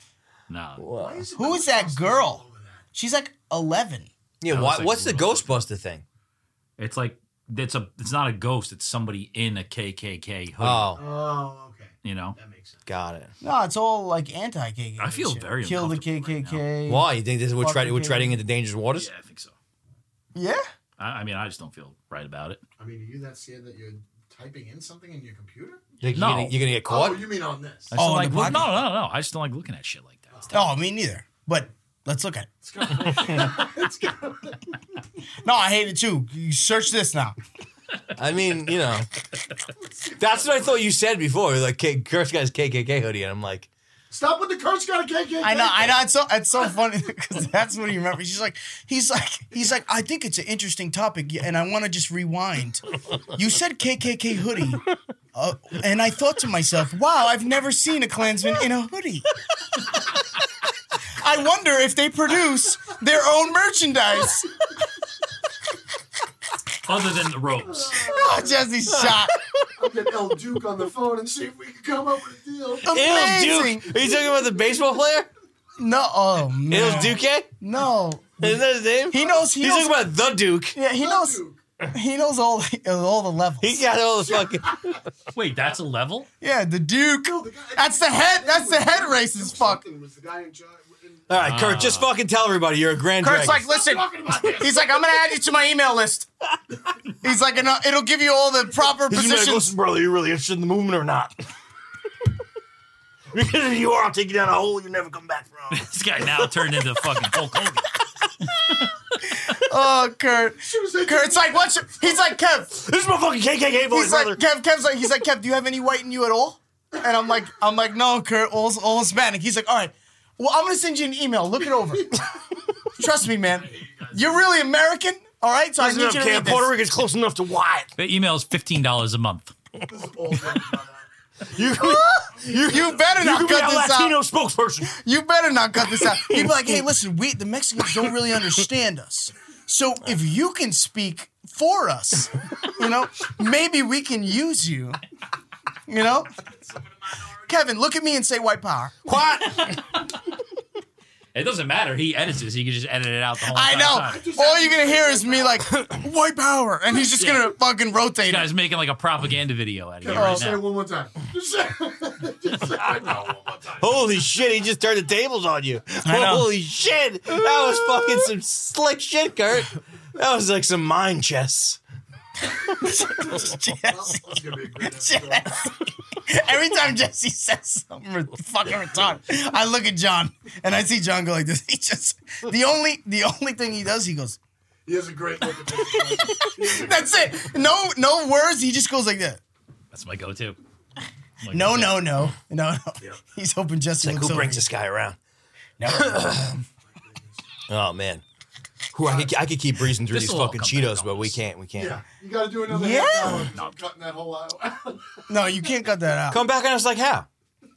S5: No.
S2: Why is it
S3: Who is that girl? She's like 11.
S4: Yeah,
S5: That
S4: why,
S5: looks like
S4: what's the
S5: a
S4: Ghostbuster thing?
S5: It's like, it's a. It's not a ghost. It's somebody in a KKK hoodie,
S4: Oh,
S2: Oh, okay.
S5: you know?
S2: That makes sense.
S4: got it.
S3: No, it's all like anti KKK.
S5: I feel very
S3: Kill the
S5: uncomfortable right
S3: KKK.
S4: Why you think this we're, tread,
S3: Fucking
S4: we're
S3: kidding.
S4: treading into dangerous waters?
S5: Yeah, I think so.
S3: Yeah.
S5: I, I mean, I just don't feel right about it.
S2: I mean, are you that scared that you're typing in something in your computer?
S4: Think you're,
S5: No.
S4: gonna, you're gonna get caught.
S2: Oh, you mean on this?
S5: I just
S3: Oh,
S5: don't
S3: in
S5: like
S3: the
S5: look, no,
S3: pocket.
S5: no, no. I just don't like looking at shit like that.
S3: Oh, me neither. But let's look at it.
S2: It's kind of
S3: *laughs*
S2: it's kind of
S3: No, I hate it too. You search this now.
S4: I mean, you *laughs* know, that's what I thought you said before. You're Like, K- Curse guy's KKK hoodie, and I'm like,
S2: Stop with the curse got a KKK.
S3: I know, I know. It's so it's
S4: *laughs*
S3: so funny because that's what he remembers. He's like, he's like, he's like. I think it's an interesting topic, and I want to just rewind. You said KKK hoodie, uh, and I thought to myself, wow, I've never seen a Klansman in a hoodie. I wonder if they produce their own merchandise. *laughs*
S5: Other than the robes.
S3: Oh, Jesse shot.
S2: I'll get El Duke on the phone and see if we can come up with a deal.
S4: "Ew,
S3: Amazing.
S4: Duke. Are you talking about the baseball player?
S3: No, oh
S4: It
S3: man.
S4: was Duque.
S3: No,
S4: Isn't that his name?
S3: he knows. He
S4: He's
S3: knows.
S4: talking about the Duke.
S3: yeah, he
S2: El
S3: knows.
S2: Duke.
S3: He knows all the, all the levels.
S4: He got all the fucking.
S5: Wait, that's a level?
S3: yeah, the Duke.
S2: No, the guy-
S3: That's the head. That's the head racist. Fuck.
S2: Something Was the guy in charge? in-
S4: All right, Kurt, just fucking tell everybody you're a grand.
S3: Kurt's
S4: dragon.
S3: like, listen.
S2: Talking
S3: *laughs*
S2: about this.
S3: He's like, I'm gonna add you to my email list. He's like, and uh, it'll give you all the proper
S4: He's gonna be like,
S3: positions.
S4: listen, brother, you really interested in the movement or not? *laughs* because if you are, I'll take you down a hole you never come back from.
S5: This guy now turned into fucking Hulk Hogan.
S3: Oh, Kurt.
S2: She was like,
S3: Kurt's like, what's your? He's like, Kev.
S4: This is my fucking KKK voice,
S3: He's like,
S4: brother.
S3: Kev. Kev's like, he's like, Kev. Do you have any white in you at all? And I'm like, I'm like, no, Kurt. All, all Hispanic. He's like, all right. Well, I'm gonna send you an email. Look it
S4: *laughs*
S3: over. Trust me, man. You're really American. All right, so I need you to read this.
S4: Puerto Rico's close enough to Wyatt.
S5: The email is $15 a month.
S2: this is all done by that.
S4: You,
S3: You better
S4: you
S3: not
S4: can be
S3: cut
S4: a
S3: this
S4: Latino
S3: out.
S4: spokesperson.
S3: You better not cut this out. You'd be like, hey, listen, we the Mexicans don't really understand us. So if you can speak for us, you know, maybe we can use you. You know? Kevin, look at me and say white power.
S4: What?
S5: It doesn't matter. He edits this. He can just edit it out the whole
S3: I
S5: entire time.
S3: know. All you're gonna hear is me like white power, and he's just
S5: Yeah.
S3: gonna fucking rotate.
S5: You
S3: it.
S5: guys making like a propaganda video out of it
S2: I'll
S5: right
S2: say it
S5: now.
S2: one more time. Just say, *laughs* just say it now one more time.
S4: *laughs* Holy shit, he just turned the tables on you.
S3: I know.
S4: Holy shit. That was fucking some slick shit, Kurt. That was like some mind chess.
S2: Well, that's gonna be a
S3: *laughs*
S2: great episode.
S5: *laughs*
S3: Every time Jesse says something re- fucking retarded, I look at John and I see John go like this. He just the only the only thing he does, he goes,
S2: He has a great look at this.
S3: That's it. No no words, he just goes like that.
S5: That's my go-to. My
S3: No,
S5: go-to.
S3: no, no. No, no.
S2: Yeah.
S3: He's hoping Jesse
S4: Like,
S3: looks
S4: who
S3: over.
S4: brings this guy around?
S3: No.
S4: Oh, man. Who I could, I could keep breezing through
S5: This'll
S4: these
S5: all
S4: fucking
S5: come back
S4: Cheetos,
S5: on
S4: but we
S5: us.
S4: can't. We can't.
S2: Yeah, you got to do another.
S3: Yeah.
S2: half hour.
S5: No.
S2: cutting that whole out.
S3: no, you can't cut that out.
S4: Come back on us like how?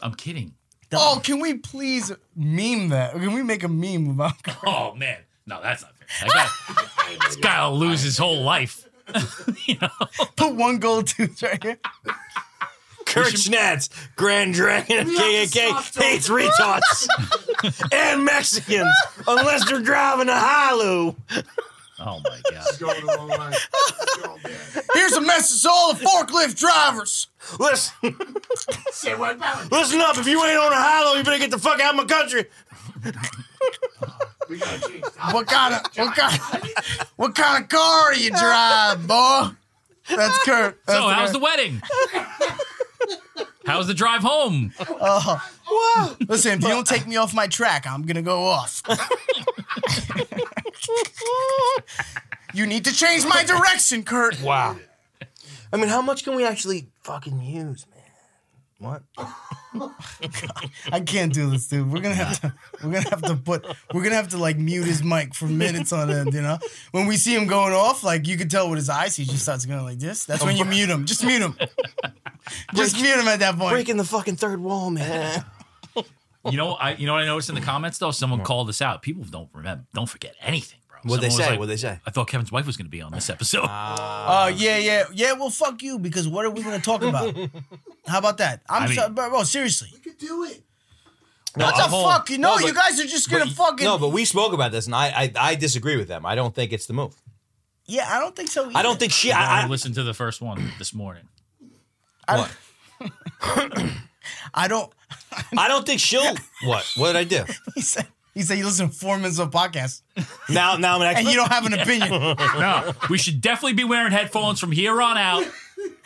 S5: I'm kidding.
S3: Oh, can we please meme that? Can we make a meme about *laughs*
S5: Oh man, no, that's not fair. That *laughs* guy, this guy will lose his whole life. you know,
S3: put one gold tooth right here?
S4: Kurt Schnatz, Grand Dragon of KKK, hates retards and Mexicans unless they're driving a Hilux. *laughs*
S5: oh my god.
S2: It's *laughs* going the wrong way. It's going bad.
S3: Here's a message to all the forklift drivers.
S4: Listen,
S2: Say white power.
S4: listen up. If you ain't on a Hilux, you better get the fuck out of my country.
S2: We got to change.
S3: What kind of what kind what kind of car you drive, boy? That's Kurt. That's
S5: So how's the
S3: Kurt.
S5: wedding? how's the drive home?
S3: listen? If you
S5: *laughs*
S3: don't take me off my track, I'm gonna go off. you need to change my direction, Kurt.
S4: Wow. I mean, how much can we actually fucking use, man? What?
S3: I can't do this, dude. We're gonna have to. We're gonna have to put. We're gonna have to like mute his mic for minutes on end. You know, when we see him going off, like you can tell with his eyes, he just starts going like this. That's when you mute him. Just mute him. Just mute him at that point.
S4: Breaking the fucking third wall, *laughs* man.
S5: You know, I you know what I noticed in the comments though. Someone called us out. People don't remember, don't forget anything, bro.
S4: What'd they
S5: Someone was
S4: say?
S5: like,
S4: What'd they say? Ah,
S5: I thought Kevin's wife was going to be on this episode.
S3: Oh yeah, yeah, yeah. Well, fuck you because what are we gonna talk about? How about that? I'm
S5: I mean-
S3: sorry, bro, bro, Seriously,
S2: We could do it.
S4: No,
S3: what the
S4: I'm whole-
S3: fuck? You know,
S4: No, but-
S3: you guys are just gonna
S5: but-
S3: fucking.
S4: No, but we spoke about this, and I, I I disagree with them. I don't think it's the move.
S3: yeah, I don't think so.
S4: I don't
S3: either.
S4: think she.
S5: I,
S4: I, I,
S5: listened to the first one this
S4: *laughs*
S5: morning.
S4: what?
S3: I don't. *laughs*
S4: I don't think she'll. What? What did I do?
S3: He said. He said you listen to four minutes of podcast
S4: Now, now I'm an
S3: and
S4: expert.
S3: you don't
S4: *laughs*
S3: have an opinion.
S5: No, we should definitely be wearing headphones from here on out.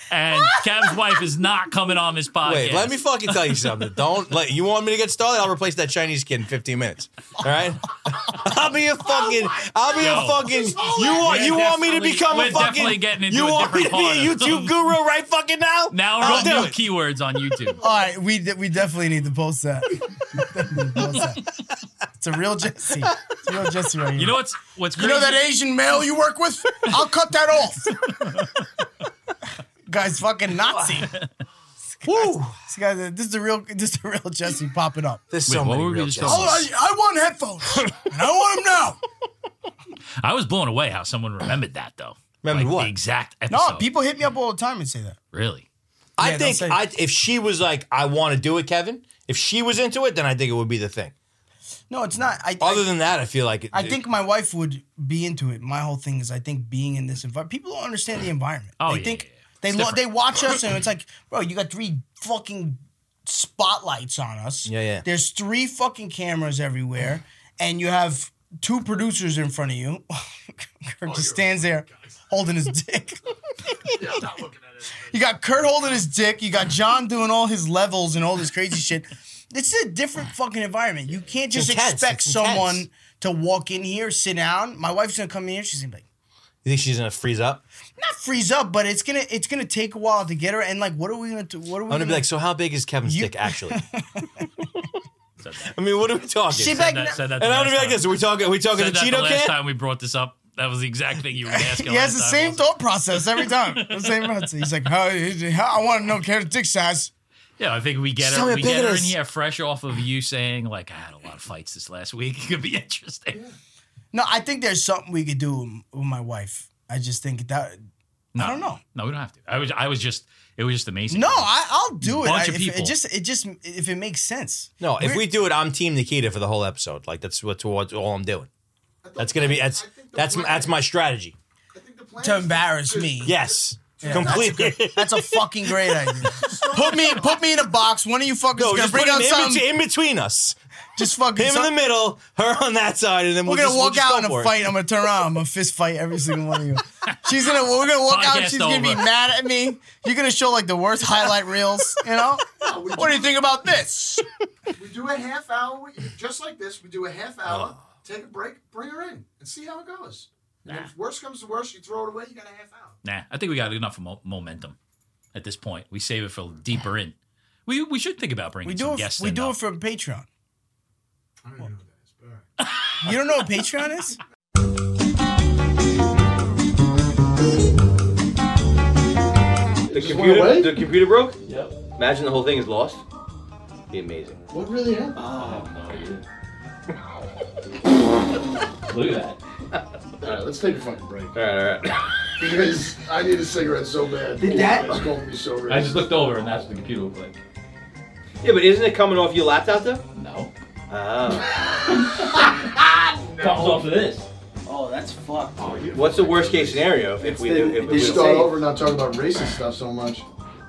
S5: And Kevin's wife is not coming on this podcast.
S4: Wait, let me fucking tell
S5: *laughs*
S4: you something. Don't let you want me to get started. I'll replace that Chinese kid in 15 minutes. All
S5: *laughs*
S4: right, I'll be a fucking. I'll be
S5: Yo.
S4: a fucking. You want
S5: Oh We're
S4: you want me to
S5: definitely-
S4: become
S5: we're
S4: a fucking.
S5: definitely getting into
S4: you
S5: a
S4: want me to be
S5: different
S4: a
S5: part of-
S4: YouTube guru right fucking now?
S5: Now we're
S4: I'll
S5: on
S4: do
S5: new
S4: it.
S5: keywords on
S3: *laughs*
S5: YouTube.
S3: All right, we de- we definitely need to post that. *laughs* Definitely need to post that. It's a real Jesse. It's a real Jesse right here.
S5: You know what's what's
S3: You
S5: crazy?
S3: know that Asian male you work with? I'll cut that off.
S5: *laughs*
S3: Guy's fucking Nazi.
S4: Woo!
S3: This guy, this is the real, this is the real Jesse popping up.
S4: There's
S5: Wait,
S4: so
S5: what
S4: many
S5: were we
S4: real
S5: just
S4: Jessies.
S5: talking
S3: Oh, I, I want headphones, and I want them
S5: *laughs*
S3: now.
S5: I was blown away how someone remembered that though.
S4: Remembered
S5: Like,
S4: what?
S5: The exact
S3: No,
S5: episode.
S3: people hit me up all the time and say that.
S5: really.
S4: I
S3: Yeah, don't
S4: think
S3: say-
S4: I, if she was like, I want to do it, Kevin. If she was into it, then I think it would be the thing.
S3: No, it's not. I,
S4: Other
S3: I,
S4: than that, I feel like it,
S3: I think my wife would be into it. My whole thing is, I think being in this environment, people don't understand the environment.
S5: Oh,
S3: they
S5: yeah,
S3: think
S5: yeah, yeah.
S3: they
S5: It's
S3: lo-
S5: different.
S3: they watch us and it's like, bro, you got three fucking spotlights on us.
S4: Yeah, yeah.
S3: There's three fucking cameras everywhere, and you have two producers in front of you. *laughs*
S5: Oh,
S3: Kurt just stands there holding his dick. *laughs*
S2: Yeah, I'm not looking at it.
S3: You got Kurt holding his dick. You got John doing all his levels and all this
S4: *laughs*
S3: crazy shit. This is a different fucking environment. You can't just
S4: Intense.
S3: expect
S4: It's intense.
S3: someone to walk in here, sit down. My wife's gonna come in here. She's gonna be like,
S4: you think she's gonna freeze up.
S3: not freeze up, but it's gonna it's gonna take a while to get her. And like, what are we gonna do? What are we
S4: I'm gonna be like, so how big is Kevin's
S3: You-
S4: dick
S3: *laughs*
S4: actually?
S5: Said that.
S4: I mean, what are we talking?
S3: She
S5: Said
S3: begged.
S5: that, said that the
S4: and I'm gonna
S5: last
S4: be like
S5: time.
S4: this. Are we talking? Are we talking
S5: Said
S4: the
S5: that the
S4: Cheeto
S5: last
S4: can?
S5: time we brought this up. That was the exact
S3: *laughs*
S5: thing you were asking.
S3: He has the
S5: last
S3: same
S5: time.
S3: thought process every
S4: *laughs*
S3: time. The same process. He's like, how, how I want to know Karen's dick size.
S5: Yeah, I think we get
S4: Tell me
S5: her. We
S4: how big
S5: get
S4: it
S5: her in
S4: is.
S5: here fresh off of you saying like I had a lot of fights this last week. *laughs* It could be interesting.
S3: No, I think there's something we could do with my wife. I just think that
S5: No,
S3: I don't know.
S5: No, we don't have to. I was I was just it was just amazing.
S3: No, I, I'll do it.
S5: Bunch
S3: I-
S5: of
S3: if
S5: people.
S3: It just it just if it makes sense.
S4: No, if
S3: We're-
S4: we do it, I'm Team Nikita for the whole episode. Like that's what's, what's all I'm doing. That's gonna be that's that's that's my strategy.
S3: To embarrass me.
S4: Yes,
S3: Yeah.
S4: completely.
S3: That's a fucking great *laughs* idea. Put me put me in a box. One of you fuckers
S4: No,
S3: is gonna
S4: just
S3: bring
S4: bring him
S3: out
S4: in,
S3: something.
S4: between, in between us.
S3: Just fucking.
S4: Him in the
S3: some-
S4: middle, her on that side, and then
S3: we're
S4: we'll
S3: gonna
S4: just- we'll
S3: walk
S4: just go
S3: out in
S4: for
S3: a
S4: it.
S3: fight. I'm gonna turn around. I'm gonna fist fight every single one of
S4: *laughs*
S3: you. She's gonna. We're gonna walk out.
S5: Podcast
S3: She's gonna be
S5: over.
S3: mad at me. You're gonna show like the worst highlight reels. You know. What do you think about this?
S2: We do a half hour, just like this. We do a
S4: Oh.
S2: half hour, take a break, bring her in, and see how it goes. And
S5: Nah.
S2: If worst comes to worst, you throw it away. You got a half hour.
S5: Nah, I think we got enough mo- momentum at this point. We save it for deeper in. We we should think about bringing
S3: We
S5: some
S3: do it.
S5: guests.
S3: We
S5: in,
S3: do
S5: though.
S3: it for Patreon.
S2: I don't know what that is, but all right.
S3: You don't know what Patreon is?
S6: The
S2: went away?
S6: computer, the computer broke? Yep. Imagine the whole thing is lost. Be amazing.
S2: What really happened?
S6: Look at that.
S2: All right, let's take a fucking break.
S6: All right, all right.
S2: Because I need a cigarette so bad. Did that? It's going to be so rich.
S5: looked over and that's what the computer looked like.
S6: *coughs* Yeah, but isn't it coming off your laptop though?
S5: No.
S6: Ah.
S5: Comes off of this.
S7: Oh, that's fucked.
S6: What's the worst case scenario if, if we do? If
S7: Did
S6: we
S2: You
S7: you
S6: do?
S2: start
S7: say-
S2: over not talking about racist stuff so much.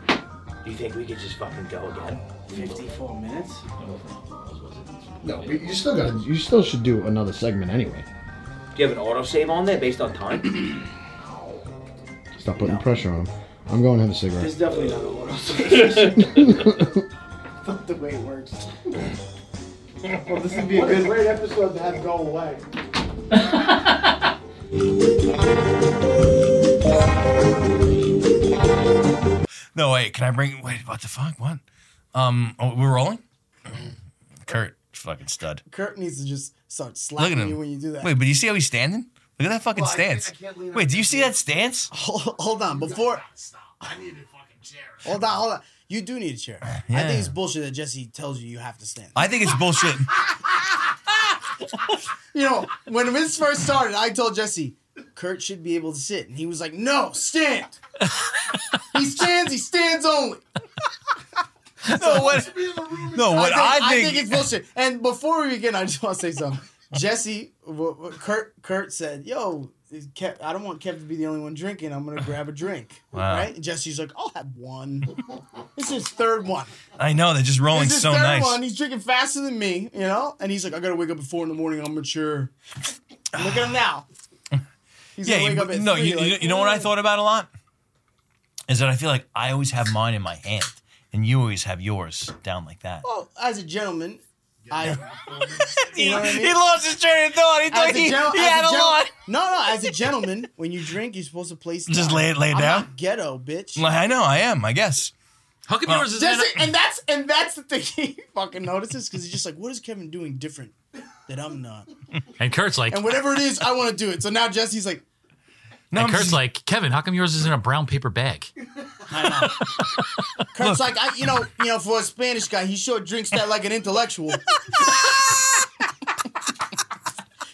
S6: Do you think we could just fucking go again?
S7: 54 minutes?
S2: No, but you still got. You still should do another segment anyway.
S6: Do you have an autosave on there based on time?
S2: Stop putting pressure on him. I'm going to have a cigarette.
S7: There's definitely not a water
S2: *laughs*
S7: association. *laughs* Fuck the way it works. well, this would be a good
S2: great episode to have go away.
S1: No, wait. Can I bring? Wait, what the fuck? What? Um, oh, we're rolling. Mm, Kurt, fucking stud.
S3: Kurt needs to just start
S1: Look
S3: slapping
S1: at him.
S3: you when you do that.
S1: Wait, but you see how he's standing? Look at that fucking
S2: Well, I can't-
S1: stance.
S2: I can't lean
S1: wait,
S2: up
S1: do you see that stance?
S3: Hold, *laughs* hold on. Before
S2: Stop. I need a fucking chair.
S3: Hold on, hold on. You do need a chair. I
S1: Yeah. Uh,
S3: think it's bullshit that Jesse tells you you have to stand.
S1: I think it's bullshit.
S3: *laughs* You know, when this first started, I told Jesse, Kurt should be able to sit. And he was like,
S1: *laughs*
S3: no, stand. he stands, he stands only.
S1: no, what?
S2: Be in *laughs* the room
S1: No, what? I think.
S3: it's bullshit. And before we begin, I just want to say something. Jesse, w- w- Kurt, Kurt said, yo, is Kev, I don't want Kev to be the only one drinking. I'm going to grab a drink.
S1: Wow.
S3: Right? And Jesse's like, I'll have one. this is third one.
S1: I know they're just rolling
S3: This is
S1: so
S3: third
S1: nice.
S3: one. He's drinking faster than me, you know? And he's like, I gotta wake up at four in the morning. I'm mature. Look at
S1: *sighs*
S3: him now. He's
S1: Yeah,
S3: gonna wake
S1: you-
S3: up at
S1: no,
S3: three,
S1: you, you-
S3: like,
S1: you know what I
S3: "Ooh."
S1: thought about a lot is that I feel like I always have mine in my hand, and you always have yours down like that.
S3: Well, as a gentleman,
S1: *laughs*
S3: I. You know what I mean?
S1: He lost his train of thought. He
S3: As
S1: thought
S3: a
S1: he,
S3: gen-
S1: he
S3: as
S1: had a
S3: gen-
S1: lot.
S3: No, no. As a gentleman, when you drink, you're supposed to place.
S1: Just lay it- lay it
S3: I'm
S1: down?
S3: not ghetto, bitch.
S1: Like, I know, I am. I guess.
S5: How come
S1: Well,
S5: yours is
S3: That's
S5: not-
S3: it, and that's and that's the thing *laughs* he fucking notices because he's just like, what is Kevin doing different that I'm not?
S5: And Kurt's like
S3: And whatever it is, I want to do it. So now Jesse's like,
S1: No,
S5: and
S1: I'm
S5: Kurt's
S1: just-
S5: like, Kevin, how come yours is in a brown paper bag?
S3: I know. Kurt's like, I, you know, you know, for a Spanish guy, he sure drinks that like an
S1: *laughs*
S3: intellectual.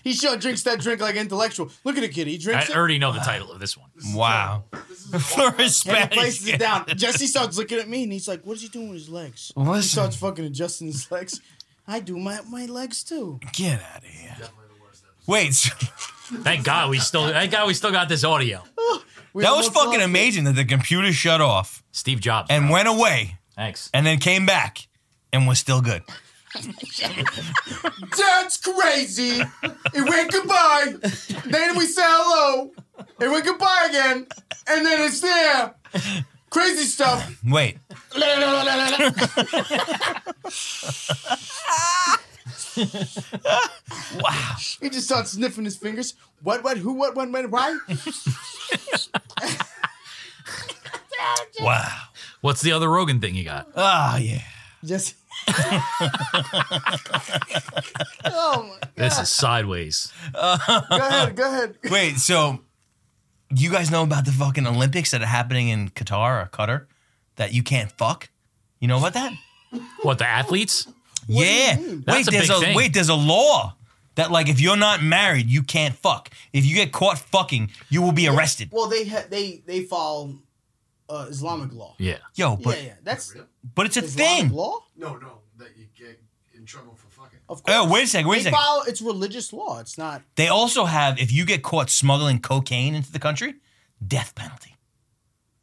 S3: he sure drinks that drink like an intellectual. Look at the kid; he
S5: I
S3: drinks it.
S5: already know the title of this one.
S1: *laughs* wow. For a
S3: and he
S1: Spanish
S3: places
S1: guy.
S3: it
S1: *laughs*
S3: down. Jesse starts looking at me, and he's like, "What is he doing with his legs?" He
S1: Listen.
S3: starts fucking adjusting his legs. I do my my legs too.
S1: Get out of here. Wait, so- *laughs*
S5: Thank God we still thank God we still got this audio.
S3: *laughs* We
S1: that was
S3: almost
S1: fucking
S3: lost it.
S1: amazing that the computer shut off
S5: Steve Jobs.
S1: and went away
S5: Thanks.
S1: and then came back and was still good.
S3: That's crazy. It went goodbye. then we say hello. It went goodbye again, and then it's there. Crazy stuff.
S1: Wait,
S3: He just starts sniffing his fingers. What, what, who, what, when, when, why?
S1: wow.
S5: What's the other Rogan thing you got?
S1: Oh, yeah.
S3: Just. oh my God.
S5: This is sideways.
S3: Go ahead, go ahead.
S1: Wait, so you guys know about the fucking Olympics that are happening in Qatar or Qatar that you can't fuck? You know about that?
S5: What the athletes?
S1: yeah.
S3: mean?
S1: Wait,
S5: That's a
S1: there's
S5: big
S1: a
S5: thing.
S1: wait, there's a law That like if you're not married, you can't fuck. If you get caught fucking, you will be arrested.
S3: Well, they ha- they they follow uh, Islamic law.
S5: Yeah.
S1: Yo, but
S3: yeah, yeah, that's
S2: Really?
S1: but it's a
S3: Islamic
S1: thing.
S3: law.
S2: No, no, that you get in trouble for fucking.
S3: Of course.
S1: Oh, wait a second, wait a
S3: they
S1: second.
S3: follow it's religious law. It's not.
S1: They also have if you get caught smuggling cocaine into the country, death penalty.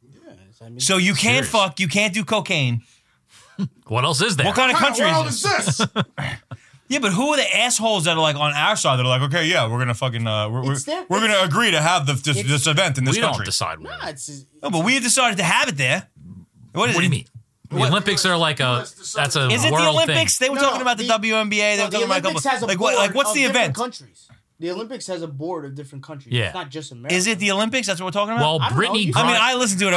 S3: Yeah, it's- I mean,
S1: So you can't
S5: Serious.
S1: fuck, you can't do cocaine.
S5: What else is there?
S1: What kind of
S2: What
S1: country
S2: world
S1: is
S2: is
S1: this?
S2: *laughs* this?
S1: Yeah, but who are the assholes that are like on our side that are like, okay, yeah, we're gonna fucking uh, we're, we're,
S3: It's their-
S1: we're gonna agree to have the, this,
S3: It's-
S1: this event in this
S5: we
S1: country.
S5: don't decide. What.
S3: nah, it's
S1: no, but we decided to have it there. What
S5: what
S1: is
S5: do you
S1: it?
S5: mean? The Olympics are like a
S2: US decided-
S5: that's a
S1: Is it the
S5: world thing.
S1: Olympics? They were
S3: No,
S1: talking
S3: no,
S1: about the,
S3: the-
S1: WNBA. They
S3: no,
S1: were
S3: the
S1: talking about a
S3: Olympics
S1: couple.
S3: has a
S1: like
S3: board
S1: what? Like what's
S3: of
S1: the
S3: different
S1: event?
S3: Countries. The Olympics has a board of different countries.
S5: Yeah.
S3: It's not just America.
S1: Is it the Olympics? That's what we're talking about.
S5: Well,
S3: I don't know,
S5: Brittany.
S3: you-
S1: I
S5: Griner-
S1: mean, I listened to it. *laughs* I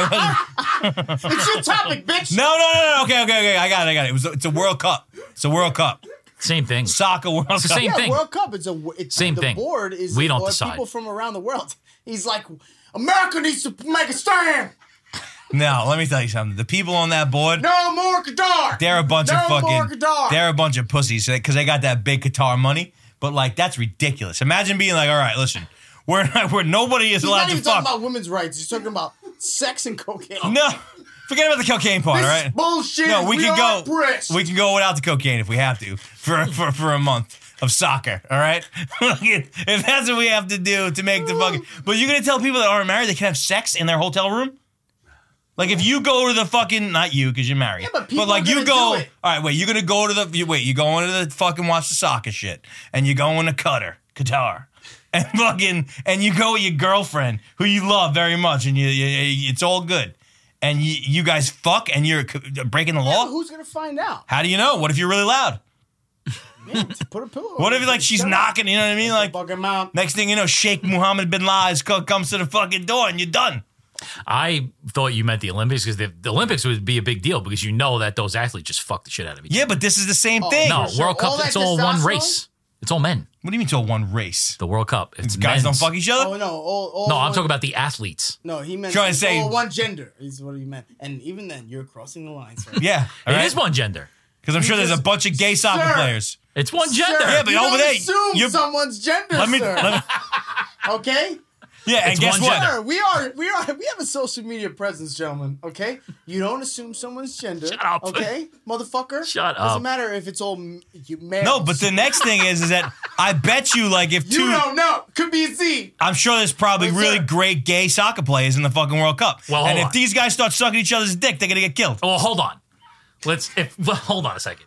S1: wasn't-
S3: It's your
S1: *laughs*
S3: topic, bitch.
S1: no, no, no, no. Okay, okay, okay. I got it. I got it. It was. It's a World Cup. It's a World Cup.
S5: same thing.
S1: Soccer World Cup.
S5: It's the same
S3: Yeah,
S5: thing.
S3: World Cup. It's a it's,
S5: Same
S3: the
S5: thing.
S3: Board is
S5: We don't
S3: are
S5: decide.
S3: people from around the world. *laughs* He's like, America needs to make a stand.
S1: No, let me tell you something. The people on that board.
S3: No more Qatar.
S1: They're a bunch
S3: no
S1: of
S3: more
S1: fucking.
S3: Qatar.
S1: They're a bunch of pussies because they got that big Qatar money. But like, that's ridiculous. Imagine being like, all right, listen, we're *laughs* not, we're nobody is
S3: He's
S1: allowed
S3: not
S1: to
S3: even
S1: fuck.
S3: talking about women's rights. He's talking about sex and cocaine.
S1: no, forget about the cocaine part.
S3: This
S1: all
S3: is
S1: right,
S3: bullshit.
S1: no, we, can
S3: are
S1: go.
S3: Brits.
S1: We can go without the cocaine if we have to for for, for a month of soccer. All *laughs* right, if that's what we have to do to make the fucking. But you're gonna tell people that aren't married they can have sex in their hotel room. Like if you go to the fucking not you because you're married,
S3: Yeah, but people
S1: like
S3: are
S1: you
S3: gonna
S1: go.
S3: do it.
S1: All right, wait. You're gonna go to the you, wait. You're going to the fucking watch the soccer shit, and you're going to Qatar, Qatar, *laughs* and fucking and you go with your girlfriend who you love very much, and you, you it's all good, and you, you guys fuck, and you're c- breaking the
S3: Yeah,
S1: law.
S3: but who's gonna find
S1: *laughs*
S3: out?
S1: How do you know? What if you're really loud?
S3: Man, put a pillow.
S1: What
S3: over
S1: if like
S3: his
S1: she's
S3: head.
S1: knocking? You know what I mean? Like
S3: Fuck
S1: *laughs*
S3: him out.
S1: next thing you know, Sheikh Mohammed bin Laden co- comes to the fucking door and you're done.
S5: I thought you meant the Olympics because the, the Olympics would be a big deal because you know that those athletes just fuck the shit out of each other.
S1: Yeah, but this is the
S3: Oh,
S1: same thing.
S5: No,
S3: So
S5: World
S3: all
S5: Cup,
S3: that
S5: it's all one
S3: testosterone?
S5: race. It's all men.
S1: What do you mean to a one race?
S5: The World Cup. It's
S1: Guys
S5: men's.
S1: don't fuck each
S3: Oh
S1: other.
S3: no! All, all
S5: No, I'm
S3: one-
S5: talking about the athletes.
S3: No, he meant
S1: Trying to
S3: it's
S1: say-
S3: all one gender is what he meant. And even then, you're crossing the line, sir.
S1: Yeah,
S5: It is one gender.
S1: because I'm sure there's a bunch of gay soccer
S3: Sir.
S1: players.
S5: It's one
S3: Sir,
S5: gender.
S1: Yeah, but
S3: you
S1: over
S3: don't
S1: there,
S3: assume
S1: you-
S3: someone's gender,
S1: Let me,
S3: sir.
S1: let me-
S3: *laughs* okay.
S1: yeah, and
S5: It's
S1: guess
S5: one
S1: what?
S5: gender.
S3: Sir, we are we are we have a social media presence, gentlemen. Okay, you don't assume someone's gender. Shut
S5: up.
S3: okay, motherfucker.
S5: Shut up.
S3: Doesn't matter if it's all m- you males.
S1: No, but the next thing is, is that I bet you, like, if
S3: you do
S1: two,
S3: don't know. Could be a Z.
S1: I'm sure there's probably
S3: Yes,
S1: really
S3: sir.
S1: great gay soccer players in the fucking World Cup.
S5: Well,
S1: and
S5: hold
S1: if
S5: on. Oh.
S1: these guys start sucking each other's dick, they're gonna get killed.
S5: Well, hold on. Let's if *laughs* well, hold on a second.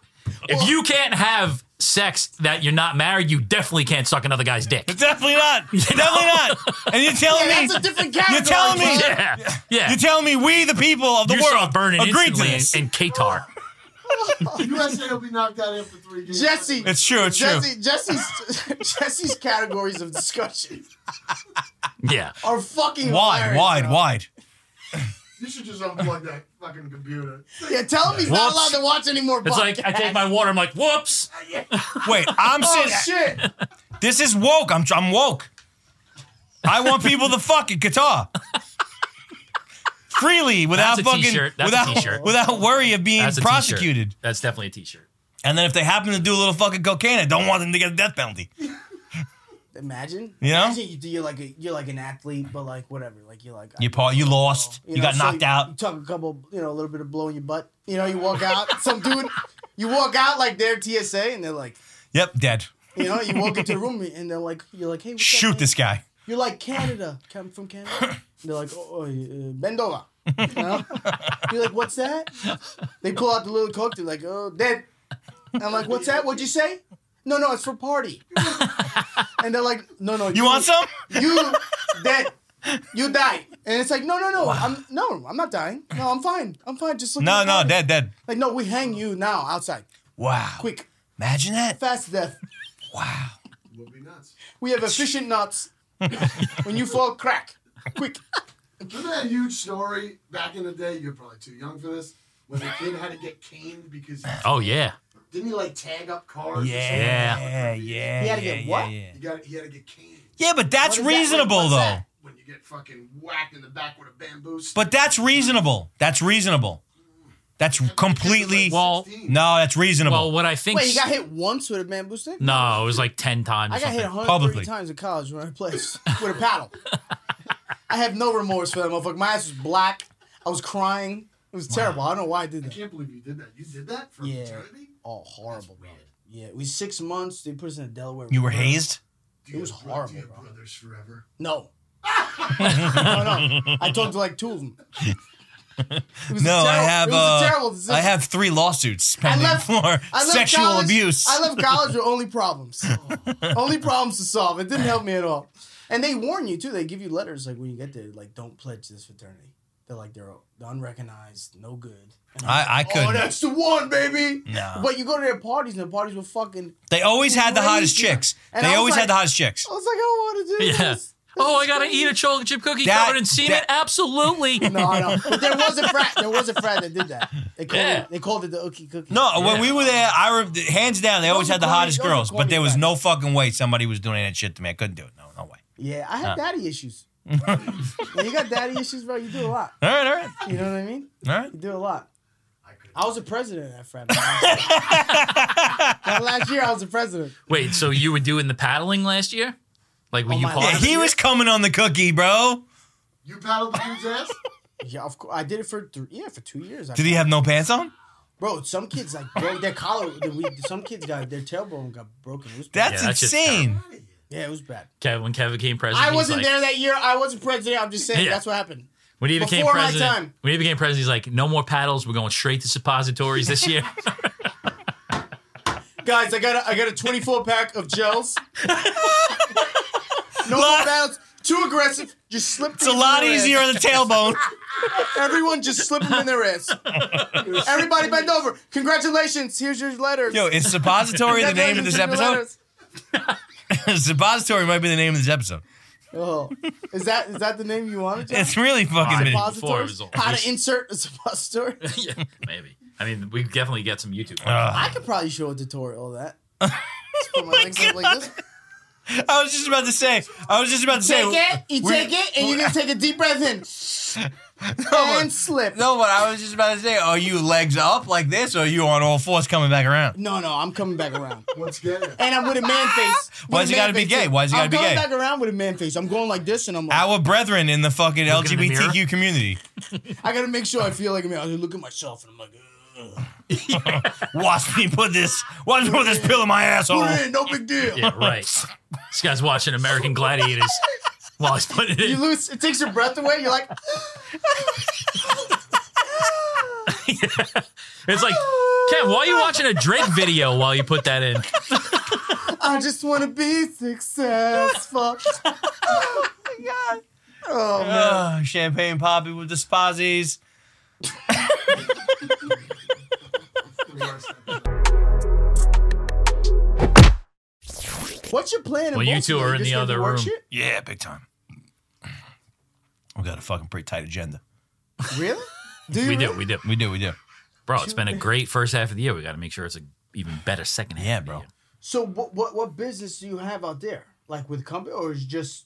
S5: If you can't have sex that you're not married, you definitely can't suck another guy's dick.
S1: *laughs* Definitely
S5: *laughs*
S1: not. Definitely not. And you're telling
S3: Yeah,
S1: me
S3: that's a different
S1: *laughs*
S3: category.
S1: You're telling me- *laughs*
S3: bro.
S5: Yeah, yeah.
S1: You're telling me we, the people of the
S5: you saw
S1: world,
S5: it burning
S1: agreed to
S5: instantly
S1: this.
S5: in, in Qatar.
S2: USA will be knocked out after three games.
S3: Jesse.
S1: it's true. It's true.
S3: Jesse, Jesse's *laughs* Jesse's categories of discussion
S5: Yeah.
S3: are fucking
S1: wide,
S3: hilarious,
S1: wide,
S3: bro.
S1: wide.
S2: You should just unplug that *laughs* fucking computer.
S3: Yeah, tell him he's not
S5: Whoops.
S3: allowed to watch any more.
S5: It's like I take my water. I'm like, whoops.
S1: Wait,
S3: *laughs*
S1: I'm
S3: Oh
S1: saying
S3: shit!
S1: this is woke. I'm I'm woke. I want people to fuck at Qatar freely without
S5: That's a
S1: fucking
S5: t-shirt. That's a
S1: without
S5: t-shirt.
S1: without worry of being
S5: That's a
S1: prosecuted.
S5: T-shirt. That's definitely a T-shirt.
S1: And then if they happen to do a little fucking cocaine, I don't want them to get a death penalty.
S3: Imagine.
S1: You know?
S3: Imagine you, you're like a, you're like an athlete, but like whatever. Like you're like
S1: You pa- you lost. You,
S3: know,
S1: got
S3: so
S1: knocked
S3: You
S1: out.
S3: took a couple, you know, a little bit of blow in your butt. You know, you walk out. *laughs* some dude, you walk out like they're TSA, and they're like,
S1: Yep, dead.
S3: you know, you walk into the room, and they're like, you're like, hey, what's up,
S1: Shoot
S3: man?
S1: this guy.
S3: You're like Canada. Come from Canada.
S1: *laughs*
S3: And they're like, oh, oh uh, bend over. You know? You're like, what's that? They pull out the little coke. They're like, oh, dead. I'm like, what's that? What'd you say? No, no, it's
S1: *laughs*
S3: for party. and they're like, no, no.
S1: You want some?
S3: you dead. You die. And it's like, no, no, no. I'm no, I'm not dying. No, I'm fine. I'm fine. Just look
S1: No,
S3: at the
S1: no,
S3: body.
S1: dead, dead.
S3: Like, no, we hang you now outside.
S1: Wow.
S3: Quick,
S1: Imagine that.
S3: fast death.
S1: Wow.
S2: Would be nuts.
S3: We have
S1: *laughs*
S3: efficient nuts. when you fall, crack. Quick.
S2: Remember that huge story back in the day? You're probably too young for this. When the kid had to get caned because he,
S5: Oh yeah.
S2: didn't he like tag up cars? or something?
S1: Yeah, yeah, yeah.
S3: You gotta get
S1: yeah,
S3: what?
S1: Yeah,
S2: You got he had to get caned
S1: Yeah, but that's
S3: What is that? Wait,
S1: reasonable
S3: what's
S1: though.
S3: that?
S2: when you get fucking whacked in the back with a bamboo. stick.
S1: But that's reasonable. That's reasonable. That's completely
S5: Well-
S1: no. That's
S5: Well,
S1: reasonable.
S5: what I think.
S3: Wait, you got hit once with a bamboo stick?
S5: no, it was like ten times.
S3: I
S5: or
S3: got hit
S5: something.
S3: 130
S1: Publicly.
S3: times in college when I played *laughs* with a paddle. I have no remorse for that motherfucker. My ass was black. I was crying. It was terrible. I don't know why I did
S2: I
S3: that.
S2: can't believe you did that. You did that for
S3: Yeah.
S2: eternity?
S3: Oh, horrible, bro. Yeah, we six months. They put us in a Delaware.
S1: you were
S3: river.
S1: hazed.
S2: Dear
S3: was
S2: bro-
S3: horrible,
S2: dear
S3: bro.
S2: brothers forever.
S5: *laughs*
S3: No. no, no. I talked to like two of them.
S1: *laughs*
S3: It was a
S1: No, I
S3: terrible-
S1: have,
S3: It
S1: uh,
S3: was a terrible decision.
S1: I have three lawsuits pending
S3: left-
S1: for
S3: I left
S1: sexual
S3: college-
S1: abuse.
S3: I left college with
S1: *laughs*
S3: only problems, *laughs* only problems to solve. It didn't help me at all. And they warn you too. They give you letters like when you get there, like don't pledge this fraternity. They're like they're unrecognized, no good. And I'm
S1: I-
S3: like,
S1: I
S3: Oh,
S1: couldn't.
S3: that's the one, baby.
S1: No.
S3: But you go to their parties, and the parties were fucking.
S1: they always had the hottest
S3: Crazy.
S1: chicks.
S3: And I
S1: they
S3: was
S1: always
S3: like-
S1: had the hottest chicks.
S3: I was like, I don't want to do
S5: Yeah.
S3: this.
S5: Oh, I gotta eat a chocolate chip cookie
S1: That-
S5: covered in semen.
S1: that-
S5: Absolutely.
S1: *laughs*
S3: No, I know. But there was a frat. There was a frat that did that. They called
S5: Yeah.
S3: it. They called it the Ookie Cookie.
S1: No, when
S5: Yeah.
S1: we were there, I re- hands down they always
S3: are
S1: had the
S3: corny-
S1: hottest
S3: those are
S1: girls, but
S3: corny
S1: there was
S3: facts.
S1: no fucking way somebody was doing that shit to me. I couldn't do it. No, no way.
S3: Yeah, I had daddy
S1: *laughs*
S3: issues. when you got daddy issues, bro, you do a lot.
S1: All right, all right,
S3: You know what I mean?
S1: all right.
S3: You do a lot.
S2: I could
S3: I was a president at frat. that
S1: *laughs*
S3: last year, I was a president.
S5: Wait, so you were doing the paddling last year? Like, were
S3: Oh,
S5: you
S3: my
S5: part
S1: Yeah,
S5: of it?
S1: he was coming on the cookie, bro.
S2: You paddled the dude's ass?
S3: Yeah, of course. I did it for three, yeah for two years. I-
S1: Did he have no pants on?
S3: bro? Some kids like broke their collar. the- we- some kids got their tailbone got broken. It was bad.
S1: That's
S5: Yeah, that's just
S1: insane.
S3: yeah, it was bad.
S5: Kev, when Kev became president,
S3: I
S5: he's
S3: wasn't
S5: like,
S3: there that year. I wasn't president. I'm just saying
S5: Yeah.
S3: that's what happened.
S5: When he became
S3: Before my
S5: president,
S3: time.
S5: when he became president, he's like, "No more paddles. We're going straight to suppositories this
S3: *laughs*
S5: year." *laughs*
S3: Guys, I got a, I got a 24 pack
S1: *laughs*
S3: of gels. no more battles. Too aggressive. Just slip.
S1: It's a lot easier on the tailbone.
S3: Everyone just slip them in
S1: *laughs*
S3: their ass. Everybody bend over. Congratulations. Here's your letters.
S1: Yo, is suppository the name of this episode? *laughs*
S3: Congratulations,
S1: suppository might be the name of this episode.
S3: here's your letters. Oh, is that is that the name you wanted? John?
S1: It's really fucking.
S5: Fine.
S1: been-
S5: Before it was all-
S3: Suppositories? How to insert a suppository?
S5: yeah, maybe. I mean, we definitely get some YouTube.
S1: Ugh.
S3: I could probably show a tutorial of that. Just
S1: *laughs* Oh
S3: put my legs up like this.
S1: I was just about to say. I was just about to say.
S3: Take it, you
S1: we-
S3: take it, and you're gonna take a deep breath in
S1: *laughs* No,
S3: and slip.
S1: but- no, but I was just about to say. Are you legs up like this, or are you on all fours coming back around?
S3: No, no, I'm coming back around.
S2: What's gay?
S3: And I'm with a man
S5: *laughs*
S3: face. With
S1: Why's
S3: a
S1: it
S3: man
S1: gotta be
S3: face
S1: gay?
S3: too.
S1: Why's it gotta
S3: I'm
S1: be
S3: coming
S1: gay?
S3: back around with a man face. I'm going like this, and I'm like,
S1: Our brethren in the fucking
S5: Look in the
S1: LGBTQ
S5: mirror.
S1: community.
S3: I gotta make sure I feel like a man. I look at myself, and I'm like, Ugh.
S1: Watch me put this. Watch me put this pill in my
S3: *laughs*
S1: asshole.
S3: put it in, no big deal.
S5: Yeah, right. this guy's watching
S3: *laughs*
S5: American Gladiators while he's putting it
S3: You
S5: in.
S3: lose. It takes your breath away. You're like,
S5: It's like, Kev, why are you watching a Drake video while you put that in?
S3: I just want to be successful. oh man.
S1: Ugh, Ah, champagne poppy with the spazzies.
S3: What's your plan?
S5: Well, you two
S3: Baltimore?
S5: are in
S3: just
S5: the
S3: gonna
S5: other
S3: work
S5: room.
S1: Yeah, big time. We got a fucking pretty tight agenda.
S5: *laughs*
S3: Really? Do you
S5: We do,
S3: really?
S5: we do,
S1: We do, we do. *laughs*
S5: bro. It's been a great first half of the year. We got to make sure it's an even better second half.
S1: Yeah,
S5: of the
S1: bro.
S5: year.
S3: So what, what what business do you have out there? Like with company or is just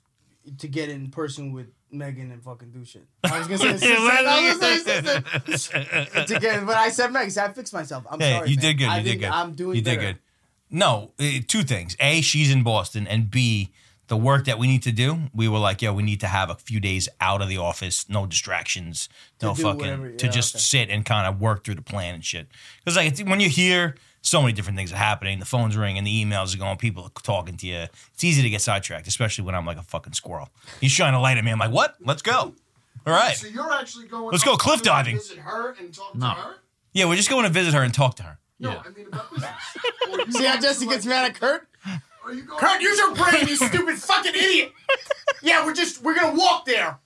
S3: to get in person with Megan and fucking do shit? I was gonna say assistant. I was gonna say assistant. to get but I said Megan, so I fixed myself. I'm
S1: Hey,
S3: sorry.
S1: you
S3: man.
S1: did good. You
S3: I
S1: did
S3: think
S1: good.
S3: I'm doing
S1: You did
S3: better.
S1: good. No, eh, two things. A, she's in Boston, and B, the work that we need to do. We were like, yo, we need to have a few days out of the office, no distractions, no
S3: do
S1: fucking
S3: whatever-
S1: to
S3: yeah,
S1: just
S3: okay.
S1: sit and kind of work through the plan and shit. Because like it's, when you're here, so many different things are happening. The phones ringing, the emails are going, people are talking to you. It's easy to get sidetracked, especially when I'm like a fucking squirrel. He's trying to light at me. I'm like, what? Let's go. All right.
S2: So you're actually going.
S1: Let's go
S2: up
S1: cliff
S2: to
S1: diving.
S2: Visit her and talk
S5: No.
S2: to her.
S1: Yeah, we're just going to visit her and talk to her.
S2: No,
S5: Yeah.
S2: I mean
S1: *laughs*
S2: about business. Or
S3: See
S2: you going
S3: how
S2: to,
S3: Jesse
S2: like-
S3: gets mad at Kurt?
S2: Are you going?
S3: Kurt, use your brain, you stupid fucking idiot. Yeah, we're just we're gonna walk there.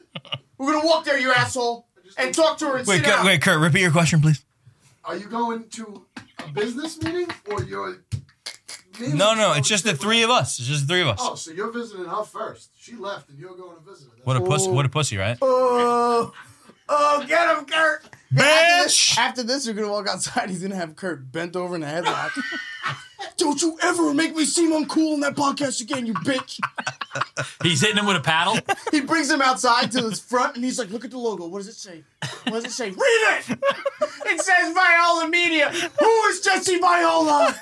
S3: We're gonna walk there, you asshole. And talk to her and
S1: Wait,
S3: sit
S1: Kurt,
S3: down.
S1: wait, Kurt, repeat your question, please.
S2: Are you going to a business meeting or you're?
S1: No, no, it's just the three of us. It's just the three of us.
S2: Oh, so you're visiting her first. She left, and you're going to visit her. That's
S1: What a pussy! What a pussy, right?
S3: Oh, oh, get him, Kurt. After this,
S1: Bitch!
S3: after this, you're gonna walk outside. He's gonna have Kurt bent over in a *laughs* headlock. Don't you ever make me seem uncool in that podcast again, you bitch!
S5: He's hitting him with a paddle.
S3: He brings him outside to his front, and he's like, "Look at the logo. What does it say? What does it say? Read it. It says Viola Media. Who is Jesse Viola?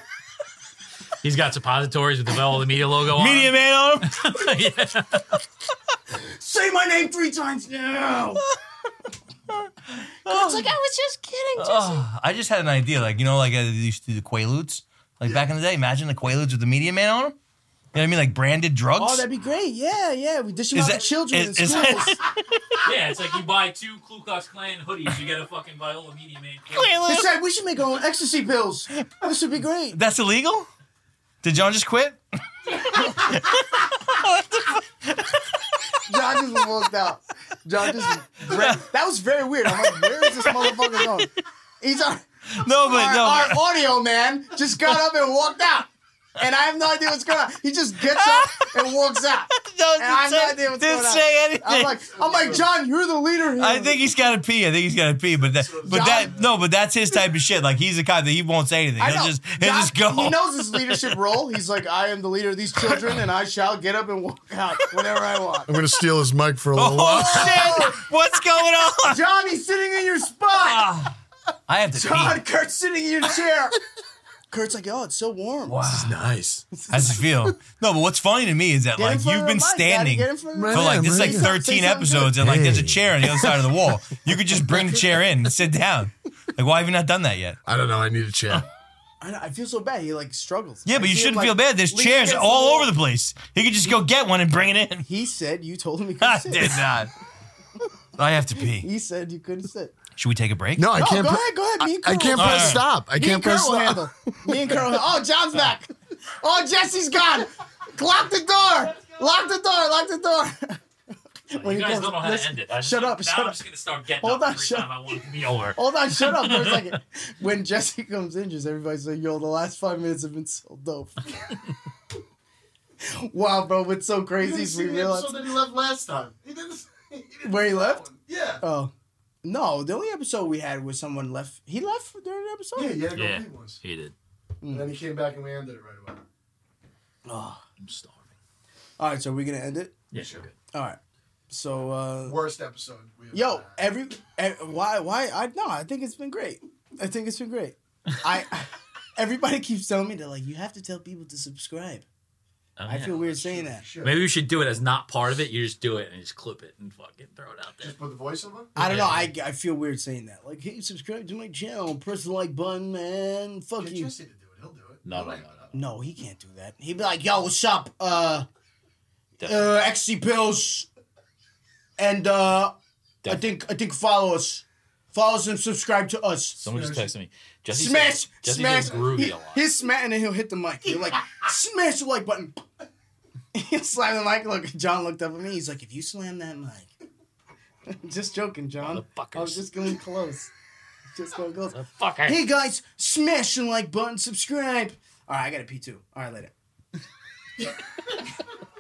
S5: He's got suppositories with the Bell of the Media logo on.
S1: Media man on him.
S5: him. Yeah.
S3: Say my name three times now." It's like I was just kidding.
S1: Oh, I just had an idea. Like, you know, like uh, they used to do the Quaaludes. Like back in the day, imagine the Quaaludes with the media man on them. You know what I mean? Like branded drugs. *laughs*
S3: Oh, that'd be great. Yeah, yeah. We dish them
S1: Is
S3: out
S1: that-
S3: to children
S1: is-
S3: in
S1: is
S3: schools.
S1: that-
S5: yeah, it's like you buy two Ku Klux Klan hoodies, you get a fucking Viola Media
S3: *laughs*
S5: Man.
S3: They said we should make our own ecstasy pills. This would be great.
S1: That's illegal? Did John just quit?
S3: John just was walked out. John just ran. that was very weird. I'm like, where is this motherfucker going? He's our,
S1: *laughs* No, but
S3: our,
S1: no.
S3: our
S1: but-
S3: audio man just got up and walked out. And I have no idea what's going on. He just gets up and walks
S1: *laughs*
S3: out.
S1: No,
S3: And I
S1: didn't
S3: have no
S1: say,
S3: idea what's
S1: didn't
S3: going on.
S1: say anything.
S3: I'm like, I'm like, John, you're the leader here.
S1: I think he's got to pee. I think he's got to pee. But that, but
S3: John-
S1: that, no, but that's his type of shit. Like he's the kind that he won't say anything.
S3: I
S1: He'll
S3: know.
S1: just, he'll
S3: John-
S1: just go.
S3: He knows his leadership role. He's like, I am the leader of these children, and I shall get up and walk out whenever I want.
S4: *laughs*
S8: I'm gonna steal his mic for a little
S1: Oh
S8: while.
S1: shit! What's going
S3: *laughs*
S1: on?
S3: John, he's sitting in your spot.
S1: Ah, I have to
S3: John,
S1: pee.
S3: Kurt's sitting in your chair. Kurt's like, oh, it's so warm.
S1: Wow.
S8: Nice.
S1: How's it *laughs* feel? No, but what's funny to me *laughs* is that
S3: Get in
S1: like
S3: front
S1: you've
S3: of
S1: been
S3: the mic, Daddy,
S1: standing
S3: get in front of the
S8: Right.
S1: for like this is like
S8: Yeah,
S3: right.
S1: 13
S3: Say something good.
S1: episodes, and like there's a
S8: Hey.
S1: chair on the other side of the wall. You could just bring the chair in and sit down. Like why have you not done that yet?
S8: I don't know. I need a chair.
S3: I, know, I feel so bad. He like struggles.
S1: Yeah,
S3: I
S1: but you
S3: see him,
S1: shouldn't
S3: like,
S1: feel bad. There's
S3: lean
S1: chairs
S3: against
S1: all
S3: wall.
S1: over the place. He could just go get one and bring it in. *laughs*
S3: He said you told him he
S1: I
S3: couldn't
S1: did
S3: sit. *laughs*
S1: not. I have to pee.
S3: He said you couldn't sit.
S1: Should we take a break?
S8: No, I
S3: No,
S8: can't.
S3: go
S8: pre-
S3: ahead, go ahead. Me and
S8: I
S3: Carl.
S8: can't
S1: All
S8: press
S1: right.
S8: stop. I
S3: Me and
S8: can't
S3: Carl
S8: press
S3: will
S8: stop.
S3: handle. Me and Carl. Oh, John's back. Oh, Jesse's gone. Lock the door. Lock the door. *laughs* Lock the door. When
S5: You
S3: he
S5: guys
S3: goes-
S5: don't know how
S3: listen,
S5: to end it. I just-
S3: Shut up.
S5: Now
S3: Shut
S5: I'm
S3: up.
S5: just gonna start getting
S3: Hold
S5: up
S3: on,
S5: every
S3: shut
S5: time I want it to be over.
S3: Hold on, shut up for a second. When Jesse comes in, just everybody's like, yo, the last five minutes have been so dope. *laughs* wow, bro, what's so
S2: You
S3: crazy
S2: didn't
S3: is
S2: see
S3: we
S2: the episode
S3: realized
S2: that he left last time. He didn't. He didn't
S3: Where he
S2: see that
S3: left?
S2: one. Yeah.
S3: Oh. No, the only episode we had was someone left. He left during the episode?
S2: Yeah, yeah,
S5: Oh. Yeah. Mm.
S2: yeah. once.
S5: He did.
S2: And then he came back and we ended it right away.
S5: I'm starving.
S3: All right, so we're going to end it?
S5: Yeah, sure.
S3: All right. So, uh,
S2: Worst episode. We ever
S3: yo,
S2: had.
S3: every. eh, why? Why? I No, I think it's been great. I think it's been
S5: *laughs*
S3: great. I. Everybody keeps telling me, they're like, you have to tell people to subscribe.
S5: Oh,
S3: I
S5: yeah.
S3: feel weird saying that.
S2: Sure.
S5: Maybe we should do it as not part of it. You just do it and just clip it and fucking throw it out there.
S2: Just put the voiceover.
S3: I don't know. I,
S5: Yeah.
S3: I feel weird saying that. Like, hey, subscribe to my channel, press the like button, man. Fuck
S2: Get
S3: you.
S2: Jesse to do it. He'll do it.
S5: No, no, no,
S3: No, he can't do that. He'd be like, yo, what's up? Uh, uh XC pills, and uh, I think I think follow us, follow us and subscribe to us.
S5: Someone just texted me. Jesse
S3: Smash,
S5: said, Jesse
S3: smash.
S5: said groovy
S3: He-
S5: a lot.
S3: He's smack, and then he'll hit the mic. He'll
S5: *laughs*
S3: like smash the like button. *laughs* He'll slam the mic. Look, John looked up at me. He's like, if you slam that mic, *laughs* just joking, John. I was
S5: Motherfuckers.
S3: just going close. Just going close.
S5: Fucker.
S3: Hey guys, smash the like button, subscribe. All right, I gotta pee too. All right, later.